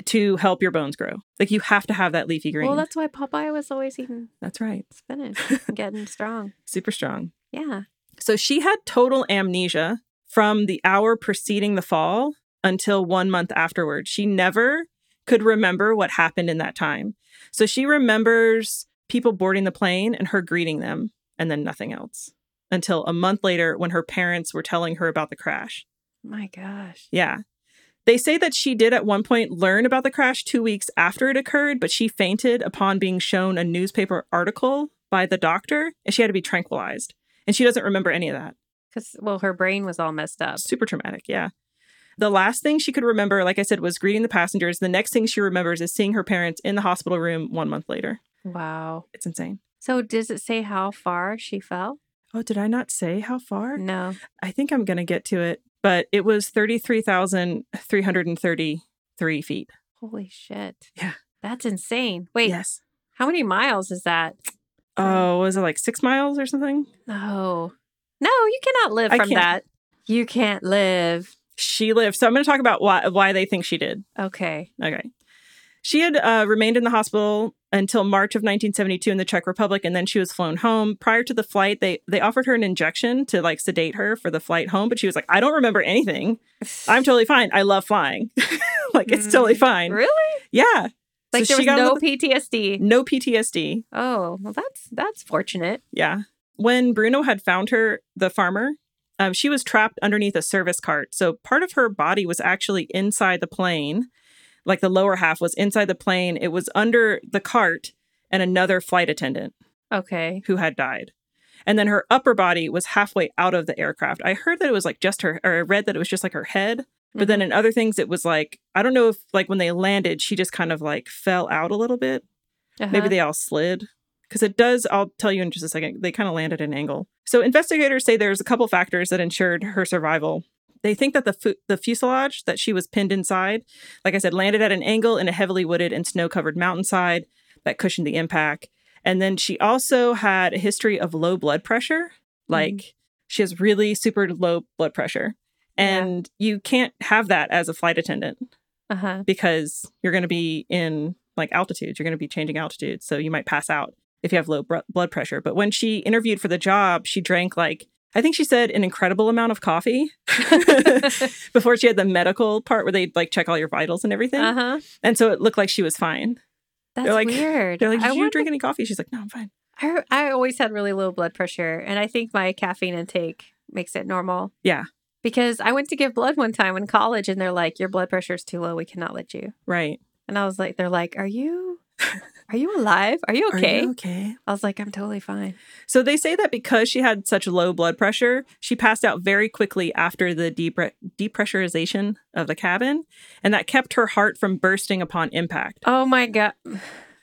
to help your bones grow. Like you have to have that leafy green. Well, that's why Popeye was always eating that's right. spinach, getting strong. Super strong. Yeah. So she had total amnesia from the hour preceding the fall until one month afterward. She never could remember what happened in that time. So she remembers people boarding the plane and her greeting them and then nothing else until a month later when her parents were telling her about the crash. My gosh. Yeah. They say that she did at one point learn about the crash two weeks after it occurred, but she fainted upon being shown a newspaper article by the doctor and she had to be tranquilized. And she doesn't remember any of that. Because well, her brain was all messed up. Super traumatic, yeah. The last thing she could remember, like I said, was greeting the passengers. The next thing she remembers is seeing her parents in the hospital room one month later. Wow. It's insane. So does it say how far she fell? Oh, did I not say how far? No. I think I'm going to get to it, but it was 33,333 feet. Holy shit. Yeah. That's insane. Wait, Yes. how many miles is that? Oh, was it like six miles or something? No. No, you cannot live I from can't. that. You can't live. She lived. So I'm going to talk about why why they think she did. Okay. Okay. She had uh, remained in the hospital until March of 1972 in the Czech Republic, and then she was flown home. Prior to the flight, they they offered her an injection to like sedate her for the flight home, but she was like, "I don't remember anything. I'm totally fine. I love flying. like it's totally Mm, fine. Really? Yeah. Like So there she was got a no little- PTSD. no PTSD. Oh, well that's that's fortunate. Yeah. When Bruno had found her, the farmer, um, she was trapped underneath a service cart. So part of her body was actually inside the plane, like the lower half was inside the plane. It was under the cart and another flight attendant Okay. who had died. And then her upper body was halfway out of the aircraft. I heard that it was like just her, or I read that it was just like her head. But then in other things, it was like, I don't know if like when they landed, she just kind of like fell out a little bit. Uh-huh. Maybe they all slid. Because it does, I'll tell you in just a second, they kind of landed at an angle. So investigators say there's a couple factors that ensured her survival. They think that the, fu- the fuselage that she was pinned inside, like I said, landed at an angle in a heavily wooded and snow covered mountainside that cushioned the impact. And then she also had a history of low blood pressure. Like she has really super low blood pressure. Yeah. And you can't have that as a flight attendant Uh huh. because you're going to be in like altitude. You're going to be changing altitude. So you might pass out if you have low br- blood pressure. But when she interviewed for the job, she drank like, I think she said an incredible amount of coffee Uh-huh. before she had the medical part where they'd like check all your vitals and everything. Uh huh. And so it looked like she was fine. That's like- weird. They're like, I Did you wonder- drink any coffee? She's like, No, I'm fine. I, I always had really low blood pressure, and I think my caffeine intake makes it normal. Yeah. Because I went to give blood one time in college, and they're like, "Your blood pressure is too low. We cannot let you." Right. And I was like, "They're like, are you Are you alive? Are you okay? Are you okay. I was like, I'm totally fine. So they say that because she had such low blood pressure, she passed out very quickly after the depre- depressurization of the cabin, and that kept her heart from bursting upon impact. Oh my God.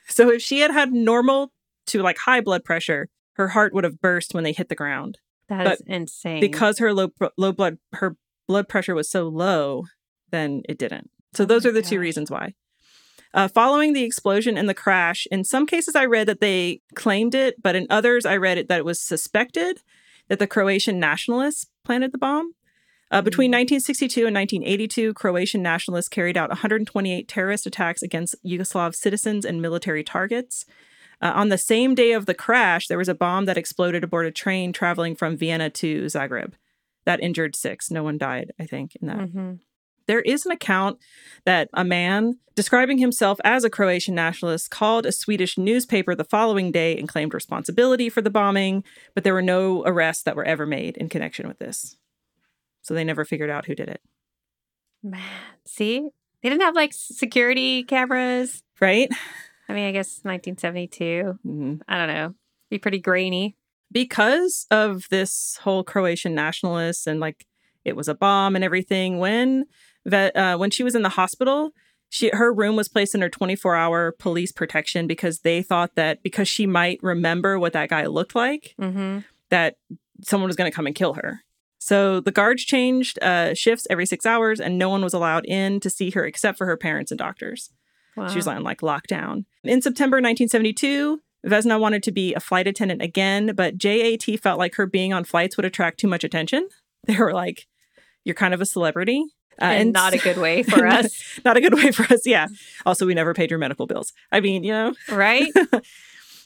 So if she had had normal to like high blood pressure, her heart would have burst when they hit the ground. that But is insane. Because her low pr- low blood her blood pressure was so low, then it didn't. So those Oh my are the two gosh. reasons why. Uh, following the explosion and the crash, in some cases I read that they claimed it, but in others I read it that it was suspected that the Croatian nationalists planted the bomb. Uh, between Mm. 1962 and 1982, Croatian nationalists carried out 128 terrorist attacks against Yugoslav citizens and military targets. Uh, on the same day of the crash, there was a bomb that exploded aboard a train traveling from Vienna to Zagreb. That injured six. No one died, I think, in that. Mhm. There is an account that a man describing himself as a Croatian nationalist called a Swedish newspaper the following day and claimed responsibility for the bombing, but there were no arrests that were ever made in connection with this. So they never figured out who did it, Man, see, they didn't have like security cameras. right? I mean, I guess 1972. Mhm. I don't know. Be pretty grainy. because of this whole Croatian nationalist and like it was a bomb and everything. When that uh, when she was in the hospital, she her room was placed under 24 hour police protection because they thought that because she might remember what that guy looked like, Mm-hmm. that someone was going to come and kill her. So the guards changed uh, shifts every six hours, and no one was allowed in to see her except for her parents and doctors. Wow. She was on like lockdown. In September 1972, Vesna wanted to be a flight attendant again, but JAT felt like her being on flights would attract too much attention. They were like, you're kind of a celebrity. Uh, and, not a good way for us, not a good way for us. Yeah. Also, we never paid your medical bills. I mean, you know. right?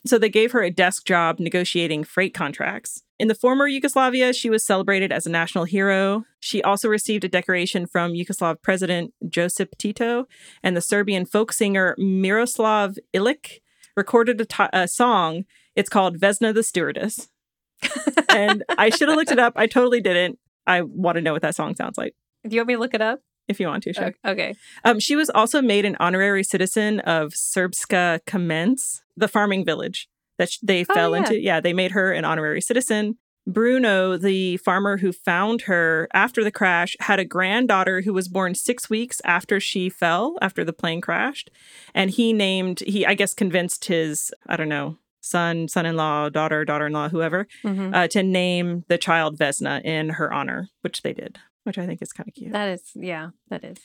So they gave her a desk job negotiating freight contracts. In the former Yugoslavia, she was celebrated as a national hero. She also received a decoration from Yugoslav President Josip Tito, and the Serbian folk singer Miroslav Ilic recorded a ti- a song. It's called Vesna the Stewardess. and I should have looked it up. I totally didn't. I want to know what that song sounds like. Do you want me to look it up? If you want to, sure. Okay. Um, she was also made an honorary citizen of Serbska Kamens, the farming village that sh- they Oh, fell yeah. into. Yeah, they made her an honorary citizen. Bruno, the farmer who found her after the crash, had a granddaughter who was born six weeks after she fell, after the plane crashed. And he named, he, I guess, convinced his, I don't know, son, son in law, daughter, daughter in law, whoever, Mhm. uh, to name the child Vesna in her honor, which they did, which I think is kind of cute. That is, yeah, that is.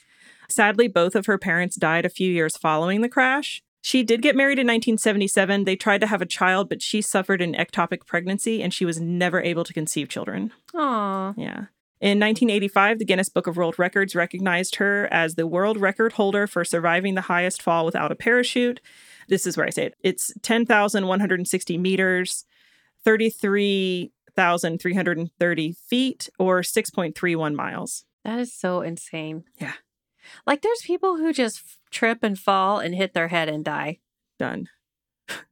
Sadly, both of her parents died a few years following the crash. She did get married in 1977. They tried to have a child, but she suffered an ectopic pregnancy and she was never able to conceive children. Aw. Yeah. In 1985, the Guinness Book of World Records recognized her as the world record holder for surviving the highest fall without a parachute. This is where I say it. It's 10,160 meters, 33,330 feet, or 6.31 miles. That is so insane. Yeah. Like there's people who just f- trip and fall and hit their head and die. Done.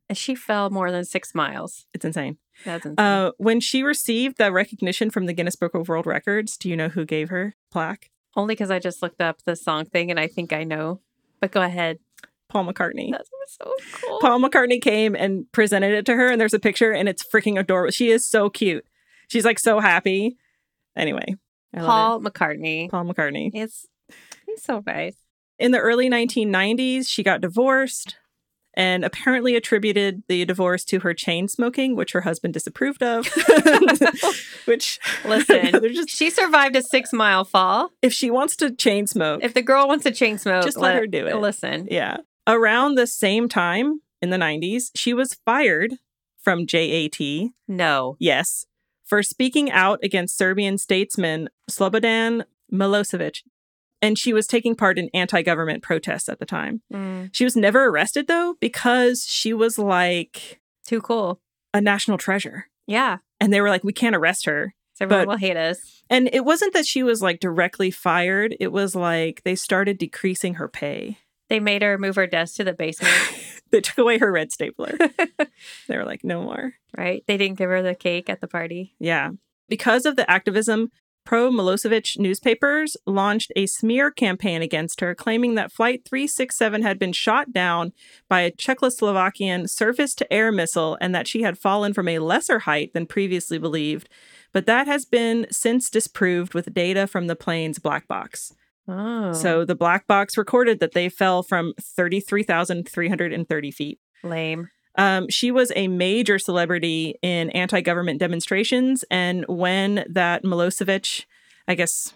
And she fell more than six miles. It's insane. That's insane. Uh, when she received the recognition from the Guinness Book of World Records, do you know who gave her plaque? Only because I just looked up the song thing and I think I know. But go ahead. Paul McCartney. That's so cool. Paul McCartney came and presented it to her, and there's a picture, and it's freaking adorable. She is so cute. She's like so happy. Anyway, I love Paul McCartney. it. Paul McCartney. It's he's so nice. In the early 1990s, she got divorced and apparently attributed the divorce to her chain smoking, which her husband disapproved of. which, Listen, they're just, she survived a six mile fall. if she wants to chain smoke, If the girl wants to chain smoke, Just let her do it. Listen. Yeah. Around the same time in the 90s, she was fired from JAT, No. yes, for speaking out against Serbian statesman Slobodan Milosevic. And she was taking part in anti government protests at the time. Mm, She was never arrested, though, because she was like too cool. a national treasure. Yeah. And they were like, we can't arrest her. So everyone But- will hate us. And it wasn't that she was like directly fired, it was like they started decreasing her pay. They made her move her desk to the basement, They took away her red stapler. they were like, no more. right? They didn't give her the cake at the party. Yeah. Because of the activism pro Milosevic newspapers launched a smear campaign against her, claiming that Flight 367 had been shot down by a Czechoslovakian surface to air missile and that she had fallen from a lesser height than previously believed. But that has been since disproved with data from the plane's black box. Oh. So the black box recorded that they fell from 33,330 feet. lame. Um, she was a major celebrity in anti government demonstrations. And when that Milosevic, I guess,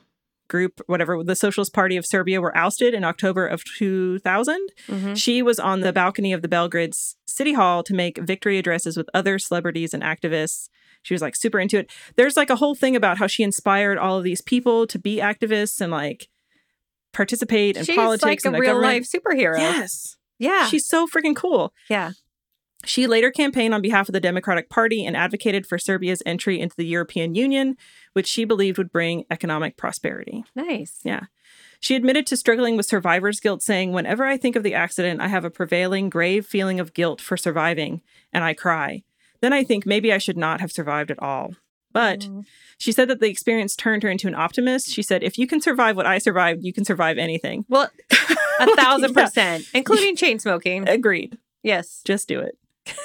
group, whatever, the Socialist Party of Serbia were ousted in October of 2000, Mhm. she was on the balcony of the Belgrade s- City Hall to make victory addresses with other celebrities and activists. She was like super into it. There's like a whole thing about how she inspired all of these people to be activists and like participate in She's like politics a and the real government. life superhero. Yes. Yeah. She's so freaking cool. yeah. She later campaigned on behalf of the Democratic Party and advocated for Serbia's entry into the European Union, which she believed would bring economic prosperity. Nice. Yeah. She admitted to struggling with survivor's guilt, saying, Whenever I think of the accident, I have a prevailing, grave feeling of guilt for surviving, and I cry. Then I think maybe I should not have survived at all. But Mm. she said that the experience turned her into an optimist. She said, If you can survive what I survived, you can survive anything. Well, a Like, thousand yeah. percent, including chain smoking. Agreed. Yes. Just do it.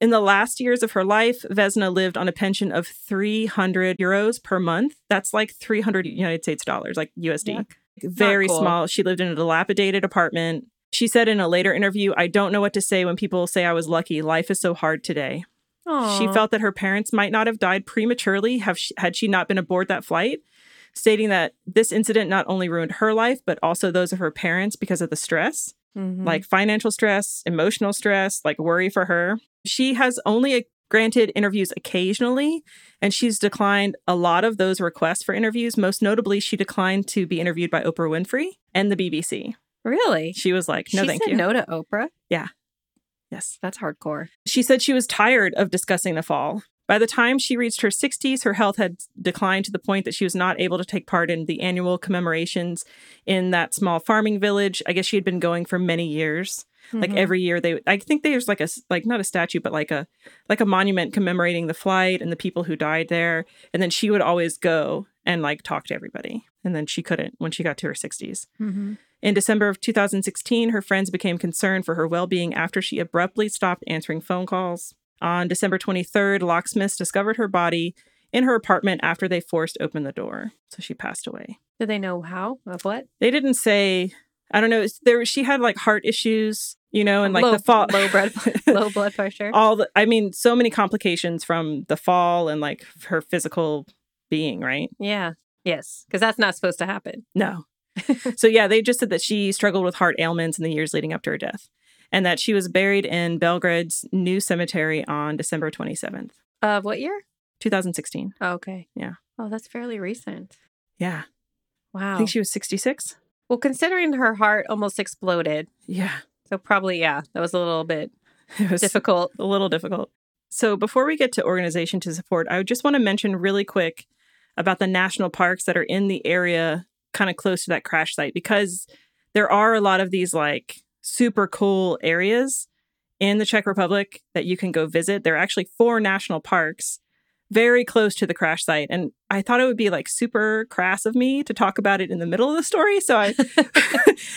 In the last years of her life, Vesna lived on a pension of 300 euros per month. That's like 300 United States dollars, like USD. Yuck. Very cool. small. She lived in a dilapidated apartment. She said in a later interview, I don't know what to say when people say I was lucky. Life is so hard today. She Aw. felt that her parents might not have died prematurely have she, had she not been aboard that flight, stating that this incident not only ruined her life, but also those of her parents because of the stress Mhm. like financial stress, emotional stress, like worry for her. She has only uh, granted interviews occasionally, and she's declined a lot of those requests for interviews. Most notably, she declined to be interviewed by Oprah Winfrey and the BBC. really? She was like, no, she thank said you. no to Oprah. Yes. That's hardcore. She said she was tired of discussing the fall. By the time she reached her 60s, her health had declined to the point that she was not able to take part in the annual commemorations in that small farming village. I guess she had been going for many years. like Mhm. every year they i think there's like a s- like not a statue but like a like a monument commemorating the flight and the people who died there and then she would always go and like talk to everybody and then she couldn't when she got to her 60s Mhm. in december of 2016 her friends became concerned for her well-being after she abruptly stopped answering phone calls on december 23rd locksmiths discovered her body in her apartment after they forced open the door so she passed away Do they know how of what? they didn't say i don't know it's- there she had like heart issues you know Oh, and like low, the fall low blood low blood pressure. all the i mean so many complications from the fall and like her physical being right yeah. Yes, because that's not supposed to happen. no so yeah they just said that she struggled with heart ailments in the years leading up to her death and that she was buried in belgrade's new cemetery on december 27th Of what year? 2016 Oh, okay. Yeah. Oh, that's fairly recent. yeah i Wow. think she was 66 well, considering her heart almost exploded, yeah so probably yeah, that was a little bit it was difficult. a little difficult. So before we get to organization to support, I just want to mention really quick about the national parks that are in the area kind of close to that crash site because there are a lot of these like super cool areas in the Czech Republic that you can go visit. There are actually four national parks very close to the crash site and I thought it would be like super crass of me to talk about it in the middle of the story, so I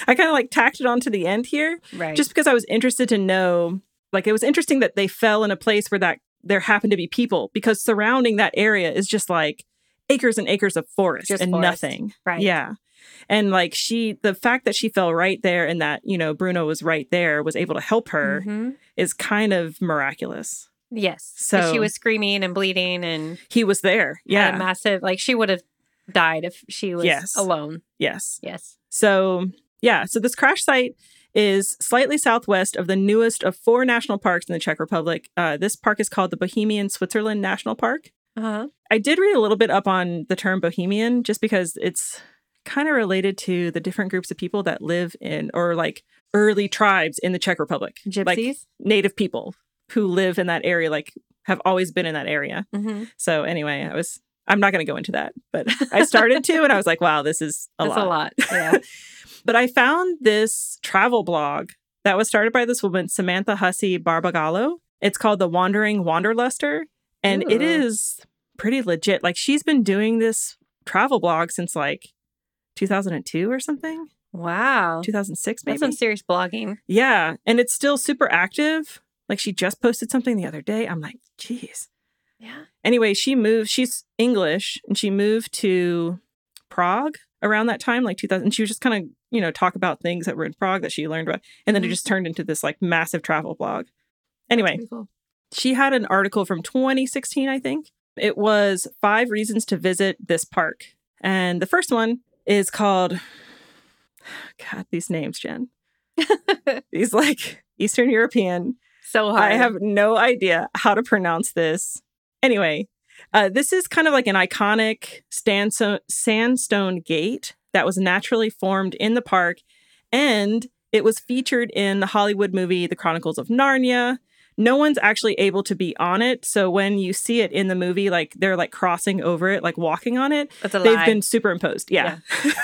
I kind of like tacked it onto the end here Right. just because I was interested to know, like it was interesting that they fell in a place where that there happened to be people because surrounding that area is just like acres and acres of forest Just and forest. nothing. right. Yeah. And like she the fact that she fell right there and that, you know, Bruno was right there was able to help her Mhm. is kind of miraculous. Yes. So she So- was screaming and bleeding and He was there. yeah. Yeah. massive like she would have died if she was Yes. alone. yes. Yes. So, yeah, so this crash site is slightly southwest of the newest of four national parks in the Czech Republic. Uh, this park is called the Bohemian Switzerland National Park. Uh-huh. I did read a little bit up on the term Bohemian just because it's kind of related to the different groups of people that live in or like early tribes in the Czech Republic, Gypsies. like native people who live in that area, like have always been in that area. mm-hmm. So, anyway, I was. I'm not going to go into that, but I started to, and I was like, "Wow, this is a That's lot." a lot. Yeah. But I found this travel blog that was started by this woman, Samantha Hussey Barbagallo. It's called The Wandering Wanderluster, and it Ooh. is pretty legit. Like she's been doing this travel blog since like 2002 or something, Wow. 2006 maybe. That's some serious blogging. yeah, and it's still super active. Like she just posted something the other day. I'm like, "Jeez." Yeah. Anyway, she moved, she's English and she moved to Prague around that time like 2000 and she was just kind of, you know, talk about things that were in Prague that she learned about and then it Mhm. just turned into this like massive travel blog. Anyway, Pretty cool. she had an article from 2016, I think. It was five reasons to visit this park. And the first one is called, God, these names, Jen. these like Eastern European. So hard. I have no idea how to pronounce this. Anyway, uh, this is kind of like an iconic sandstone, sandstone gate that was naturally formed in the park. And it was featured in the Hollywood movie, The Chronicles of Narnia. No one's actually able to be on it. So when you see it in the movie, like they're like crossing over it, like walking on it, That's a they've lie. been superimposed. Yeah.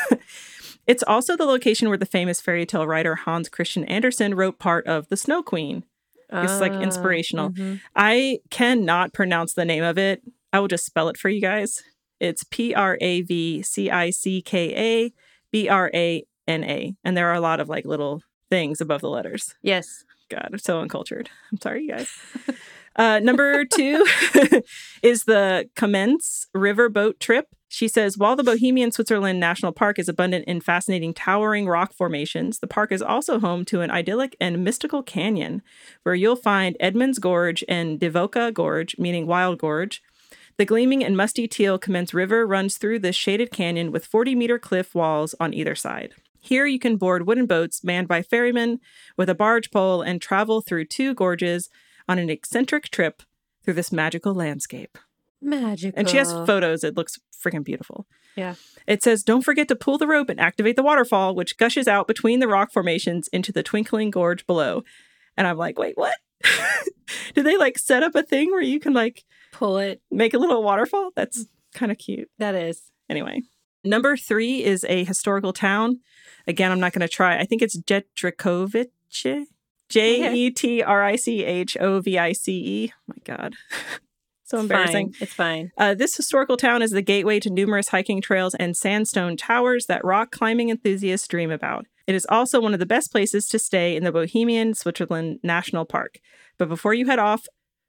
it's also the location where the famous fairy tale writer Hans Christian Andersen wrote part of The Snow Queen. it's, like, Ah, inspirational. mhm. I cannot pronounce the name of it. I will just spell it for you guys. It's P R A V C I C K A B R A N A. And there are a lot of like little things above the letters. Yes. God, I'm so uncultured. I'm sorry, you guys. Uh, number two is the Commence riverboat trip. She says, while the Bohemian Switzerland National Park is abundant in fascinating towering rock formations, the park is also home to an idyllic and mystical canyon where you'll find Edmunds Gorge and Divoka Gorge, meaning Wild Gorge. The gleaming and musty teal Commence River runs through this shaded canyon with 40 meter cliff walls on either side. Here you can board wooden boats manned by ferrymen with a barge pole and travel through two gorges on an eccentric trip through this magical landscape. Magical. And she has photos. It looks freaking beautiful. Yeah. It says, Don't forget to pull the rope and activate the waterfall, which gushes out between the rock formations into the twinkling gorge below. And I'm like, Wait, what? Did they like set up a thing where you can like Pull it. make a little waterfall? That's kind of cute. That is. Anyway, number three is a historical town. Again, I'm not going to try. I think it's Jetrikovice. J E T R I C H O V I C E. My God. so embarrassing. It's fine. Uh, this historical town is the gateway to numerous hiking trails and sandstone towers that rock climbing enthusiasts dream about. It is also one of the best places to stay in the Bohemian Switzerland National Park. But before you head off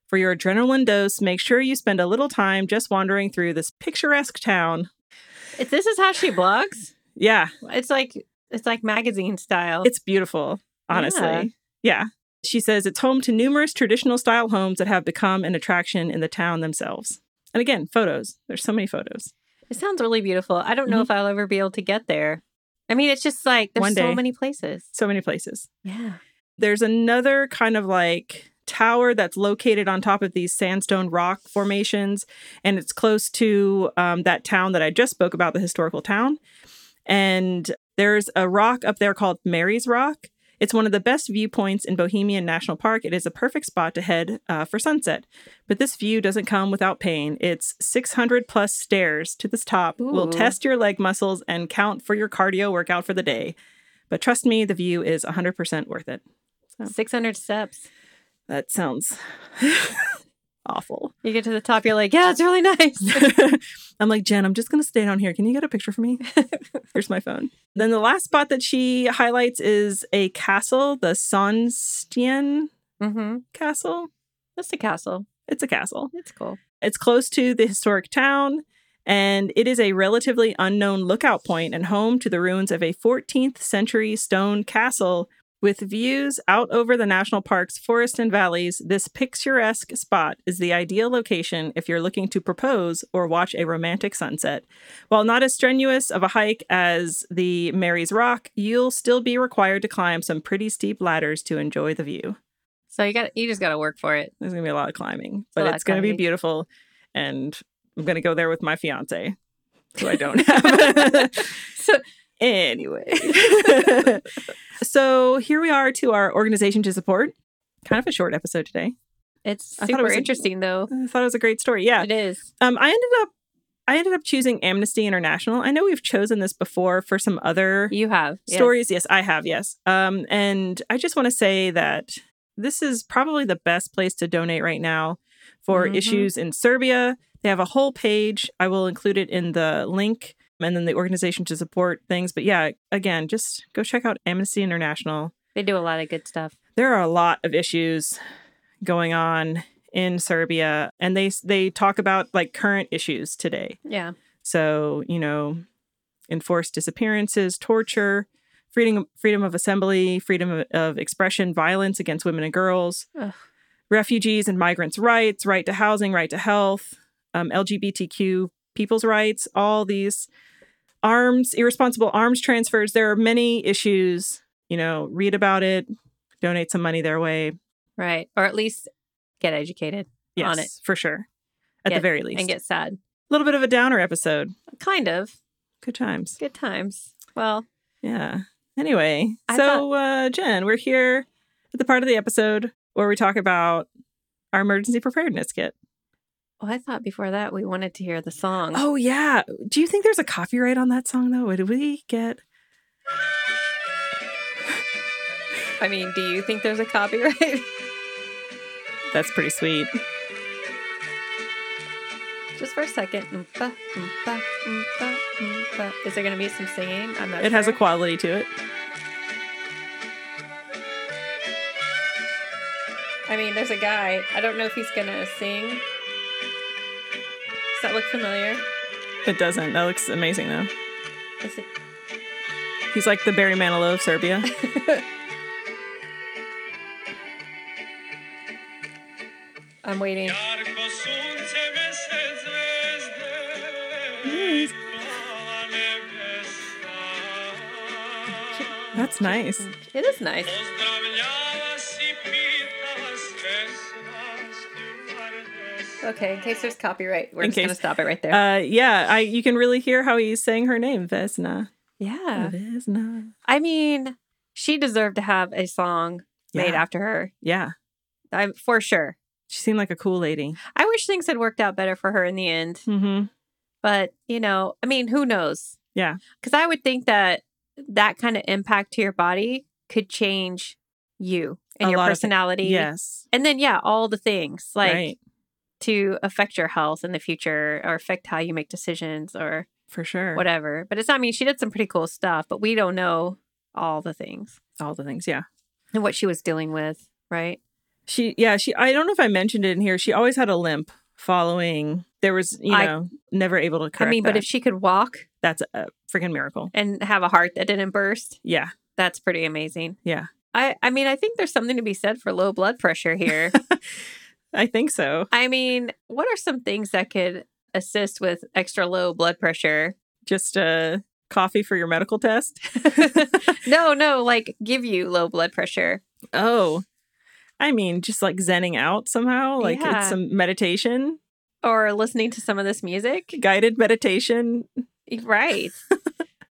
for your adrenaline dose, make sure you spend a little time just wandering through this picturesque town. It's fine. If this is how she blogs, Yeah, it's like it's like magazine style. It's beautiful, honestly. Oh. Yeah. Yeah. She says it's home to numerous traditional style homes that have become an attraction in the town themselves. And again, photos. There's so many photos. it sounds really beautiful. I don't know Mhm. if I'll ever be able to get there. I mean, it's just like there's One so day. many places. So many places. Yeah. There's another kind of like tower that's located on top of these sandstone rock formations. And it's close to um, that town that I just spoke about, the historical town. And there's a rock up there called Mary's Rock. It's one of the best viewpoints in Bohemian National Park. It is a perfect spot to head uh, for sunset. But this view doesn't come without pain. It's 600 plus stairs to this top. Ooh. will test your leg muscles and count for your cardio workout for the day. But trust me, the view is 100% worth it. Oh. 600 steps. That sounds awful. You get to the top, you're like, yeah, it's really nice. I'm like, Jen, I'm just going to stay down here. Can you get a picture for me? Here's my phone. Then the last spot that she highlights is a castle, the Sonstien mm-hmm. Castle. That's a castle. It's a castle. It's cool. It's close to the historic town, and it is a relatively unknown lookout point and home to the ruins of a 14th century stone castle. With views out over the national park's forests and valleys, this picturesque spot is the ideal location if you're looking to propose or watch a romantic sunset. While not as strenuous of a hike as the Mary's Rock, you'll still be required to climb some pretty steep ladders to enjoy the view. So you got you just got to work for it. There's gonna be a lot of climbing, a but lot it's of gonna be climbing. beautiful. And I'm gonna go there with my fiance, who I don't have. So anyway, so here we are to our organization to support. Kind of a short episode today. it's I thought it super was a- interesting though. I thought it was a great story. Yeah, It is. um, I ended up. I ended up choosing Amnesty International. I know we've chosen this before for some other You have yes. stories yes i have yes um and i just want to say that this is probably the best place to donate right now for Mhm. issues in serbia They have a whole page. I will include it in the link and then the organization to support things. But yeah, again, just go check out Amnesty International. They do a lot of good stuff. There are a lot of issues going on in Serbia and they they talk about like current issues today. Yeah. So, you know, enforced disappearances, torture, freedom freedom of assembly, freedom of, of expression, violence against women and girls, Ugh. refugees and migrants' rights, right to housing, right to health, um, LGBTQ people's rights, all these arms, irresponsible arms transfers. There are many issues. You know, read about it, donate some money their way. Right. Or at least get educated Yes, On it. for sure. At Get- the very least, a and get sad. little bit of a downer episode. Kind of. Good times. Good times. Well, Yeah. Anyway, I so uh, Jen, we're here at the part of the episode where we talk about our emergency preparedness kit. well, Oh, I thought before that we wanted to hear the song. Oh yeah. Do you think there's a copyright on that song though? Would we get? I mean, do you think there's a copyright? That's pretty sweet. Just for a second. Oompa, oompa, oompa, oompa. Is there going to be some singing? I'm not It has a sure. quality to it. I mean, there's a guy. I don't know if he's going to sing. Does that look familiar? It doesn't. That looks amazing though. Is it- He's like the Barry Manilow of Serbia. I'm waiting. Jarko sunce mesec zvezde Nice. Kola nebesa That's nice. It is nice. Pozdravljala si pitala sve slasti varnesa Okay, in case there's copyright, we're In just going to case- stop it right there. Uh, yeah, I you can really hear how he's saying her name, Vesna. yeah. Vesna. I mean, she deserved to have a song made Yeah. after her. Yeah, I, for sure. she seemed like a cool lady. I wish things had worked out better for her in the end. Mm-hmm. But, you know, I mean, who knows? Yeah. Because I would think that that kind of impact to your body could change you and A your lot of thi- personality. Yes. And then, yeah, all the things like right. to affect your health in the future or affect how you make decisions or For sure. whatever. But it's not, I mean, she did some pretty cool stuff, but we don't know all the things all the things yeah and what she was dealing with. Right. she yeah she i don't know if i mentioned it in here she always had a limp following there was you I- know never able to correct I mean, but that. if she could walk that's a freaking miracle and have a heart that didn't burst, yeah that's pretty amazing. Yeah. I, I mean, I think there's something to be said for low blood pressure here. i think so I mean, what are some things that could assist with extra low blood pressure? just uh coffee for your medical test no, no, like give you low blood pressure. oh i mean just like zenning out somehow like Yeah. it's some meditation Or listening to some of this music. guided meditation Right.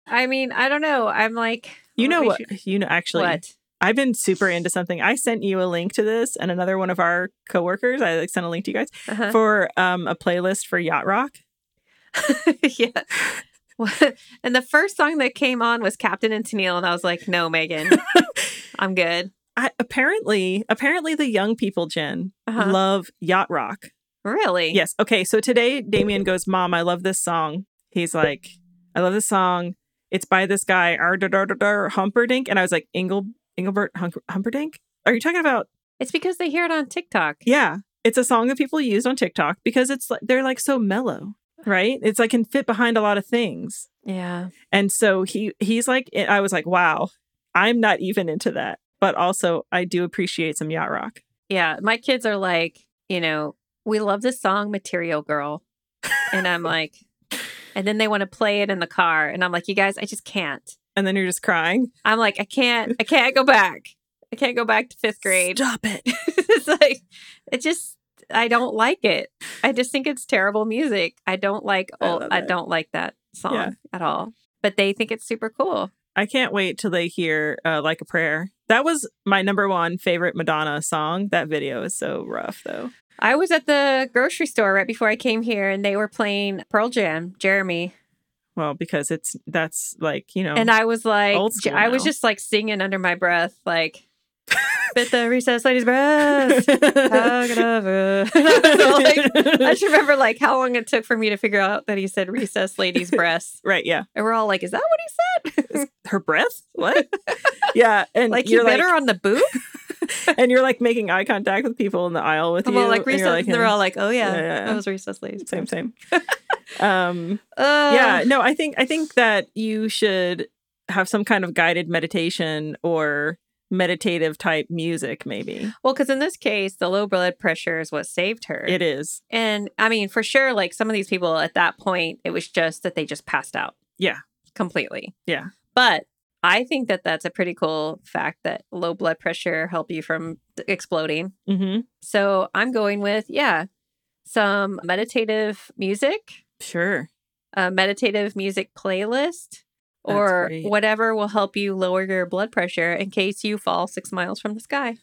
I mean, I don't know. I'm like, you know we what should- you know actually what? I've been super into something. I sent you a link to this and another one of our coworkers. I like sent a link to you guys Uh-huh. for um, a playlist for yacht rock. yeah. What- and the first song that came on was Captain and Tennille, and I was like, no, Megan, I'm good. I, apparently, apparently the young people, Jen, Uh-huh. love yacht rock. really? Yes. Okay. So today, Damien goes, "Mom, I love this song." He's like, "I love this song. It's by this guy, Ar-dar-dar-dar, Humperdink." And I was like, "Ingle, Engelbert Hunk- Humperdink? Are you talking about?" It's because they hear it on TikTok. Yeah, it's a song that people use on TikTok because it's like they're like so mellow, right? It's like can fit behind a lot of things. Yeah. And so he he's like, I was like, "Wow, I'm not even into that." But also, I do appreciate some yacht rock. Yeah. My kids are like, you know, we love this song, Material Girl. And I'm like, and then they want to play it in the car. And I'm like, you guys, I just can't. And then you're just crying. I'm like, I can't, I can't go back. I can't go back to fifth grade. Stop it. it's like it just I don't like it. I just think it's terrible music. I don't like I old, love I, it. don't like that song Yeah. at all. But they think it's super cool. I can't wait till they hear uh, Like a Prayer. That was my number one favorite Madonna song. That video is so rough, though. I was at the grocery store right before I came here and they were playing Pearl Jam, Jeremy. Well, because it's that's like, you know, And I was like Old school I was now. just like singing under my breath like Bit the recess lady's breast. How could I ever- So, uh, like, I just remember like how long it took for me to figure out that he said recess lady's breasts. right, yeah. And we're all like, is that what he said? Her breath? What? yeah. And like you you're bit like, her on the boob? and you're like making eye contact with people in the aisle with I'm you. all like and recess you're and they're "Hmm, all like, Oh yeah, Yeah, yeah, yeah. that was recess lady's same, breasts." same. um Uh, yeah no i think i think that you should have some kind of guided meditation or meditative type music maybe Well, because in this case, the low blood pressure is what saved her. it is And I mean, for sure, like some of these people at that point, it was just that they just passed out. Yeah. Completely. Yeah. But I think that that's a pretty cool fact that low blood pressure help you from exploding. mm-hmm. So I'm going with, yeah, some meditative music, sure a meditative music playlist, That's or great. whatever will help you lower your blood pressure in case you fall six miles from the sky.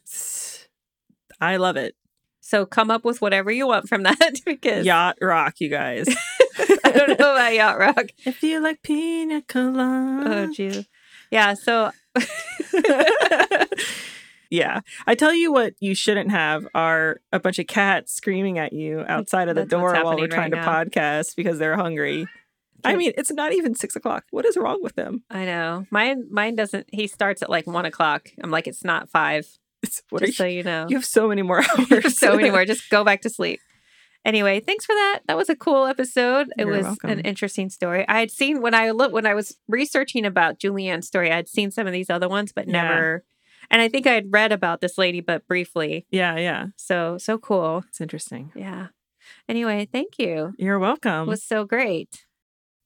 i love it So come up with whatever you want from that because yacht rock you guys I don't know about yacht rock. if you like pina Oh colada Jesus. Yeah, so yeah i tell you what you shouldn't have are a bunch of cats screaming at you outside of the That's what's door while we're happening trying to right podcast because they're hungry i Yep. mean it's not even six o'clock what is wrong with them I know. Mine mine doesn't he starts at like one o'clock. I'm like, it's not five. It's, what are you, just so you know. you have so many more hours. so anymore. Just go back to sleep. Anyway, thanks for that. That was a cool episode. It You're was an welcome. interesting story. I had seen when I looked when I was researching about Julianne's story, I had seen some of these other ones, but Yeah. never and I think I had read about this lady but briefly. yeah, yeah. So so cool. It's interesting. Yeah. Anyway, thank you. You're welcome. It was so great.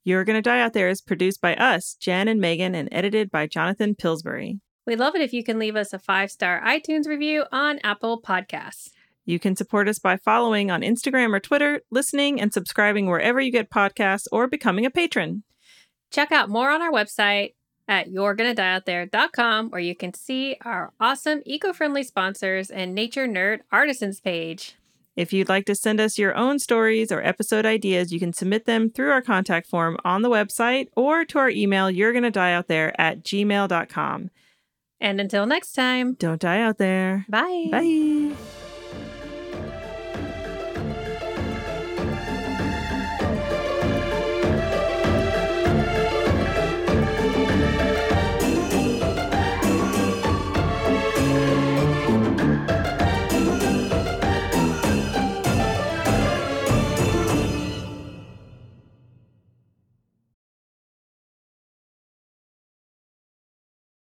You're Gonna Die Out There is produced by us, Jan and Megan, and edited by Jonathan Pillsbury. We'd love it if you can leave us a five star iTunes review on Apple Podcasts. You can support us by following on Instagram or Twitter, listening and subscribing wherever you get podcasts, or becoming a patron. Check out more on our website at you'regonnadieoutThere.com where you can see our awesome eco-friendly sponsors and nature nerd artisans page. If you'd like to send us your own stories or episode ideas, you can submit them through our contact form on the website or to our email, you're gonna die out there at gmail.com. And until next time, Don't die out there. bye. Bye.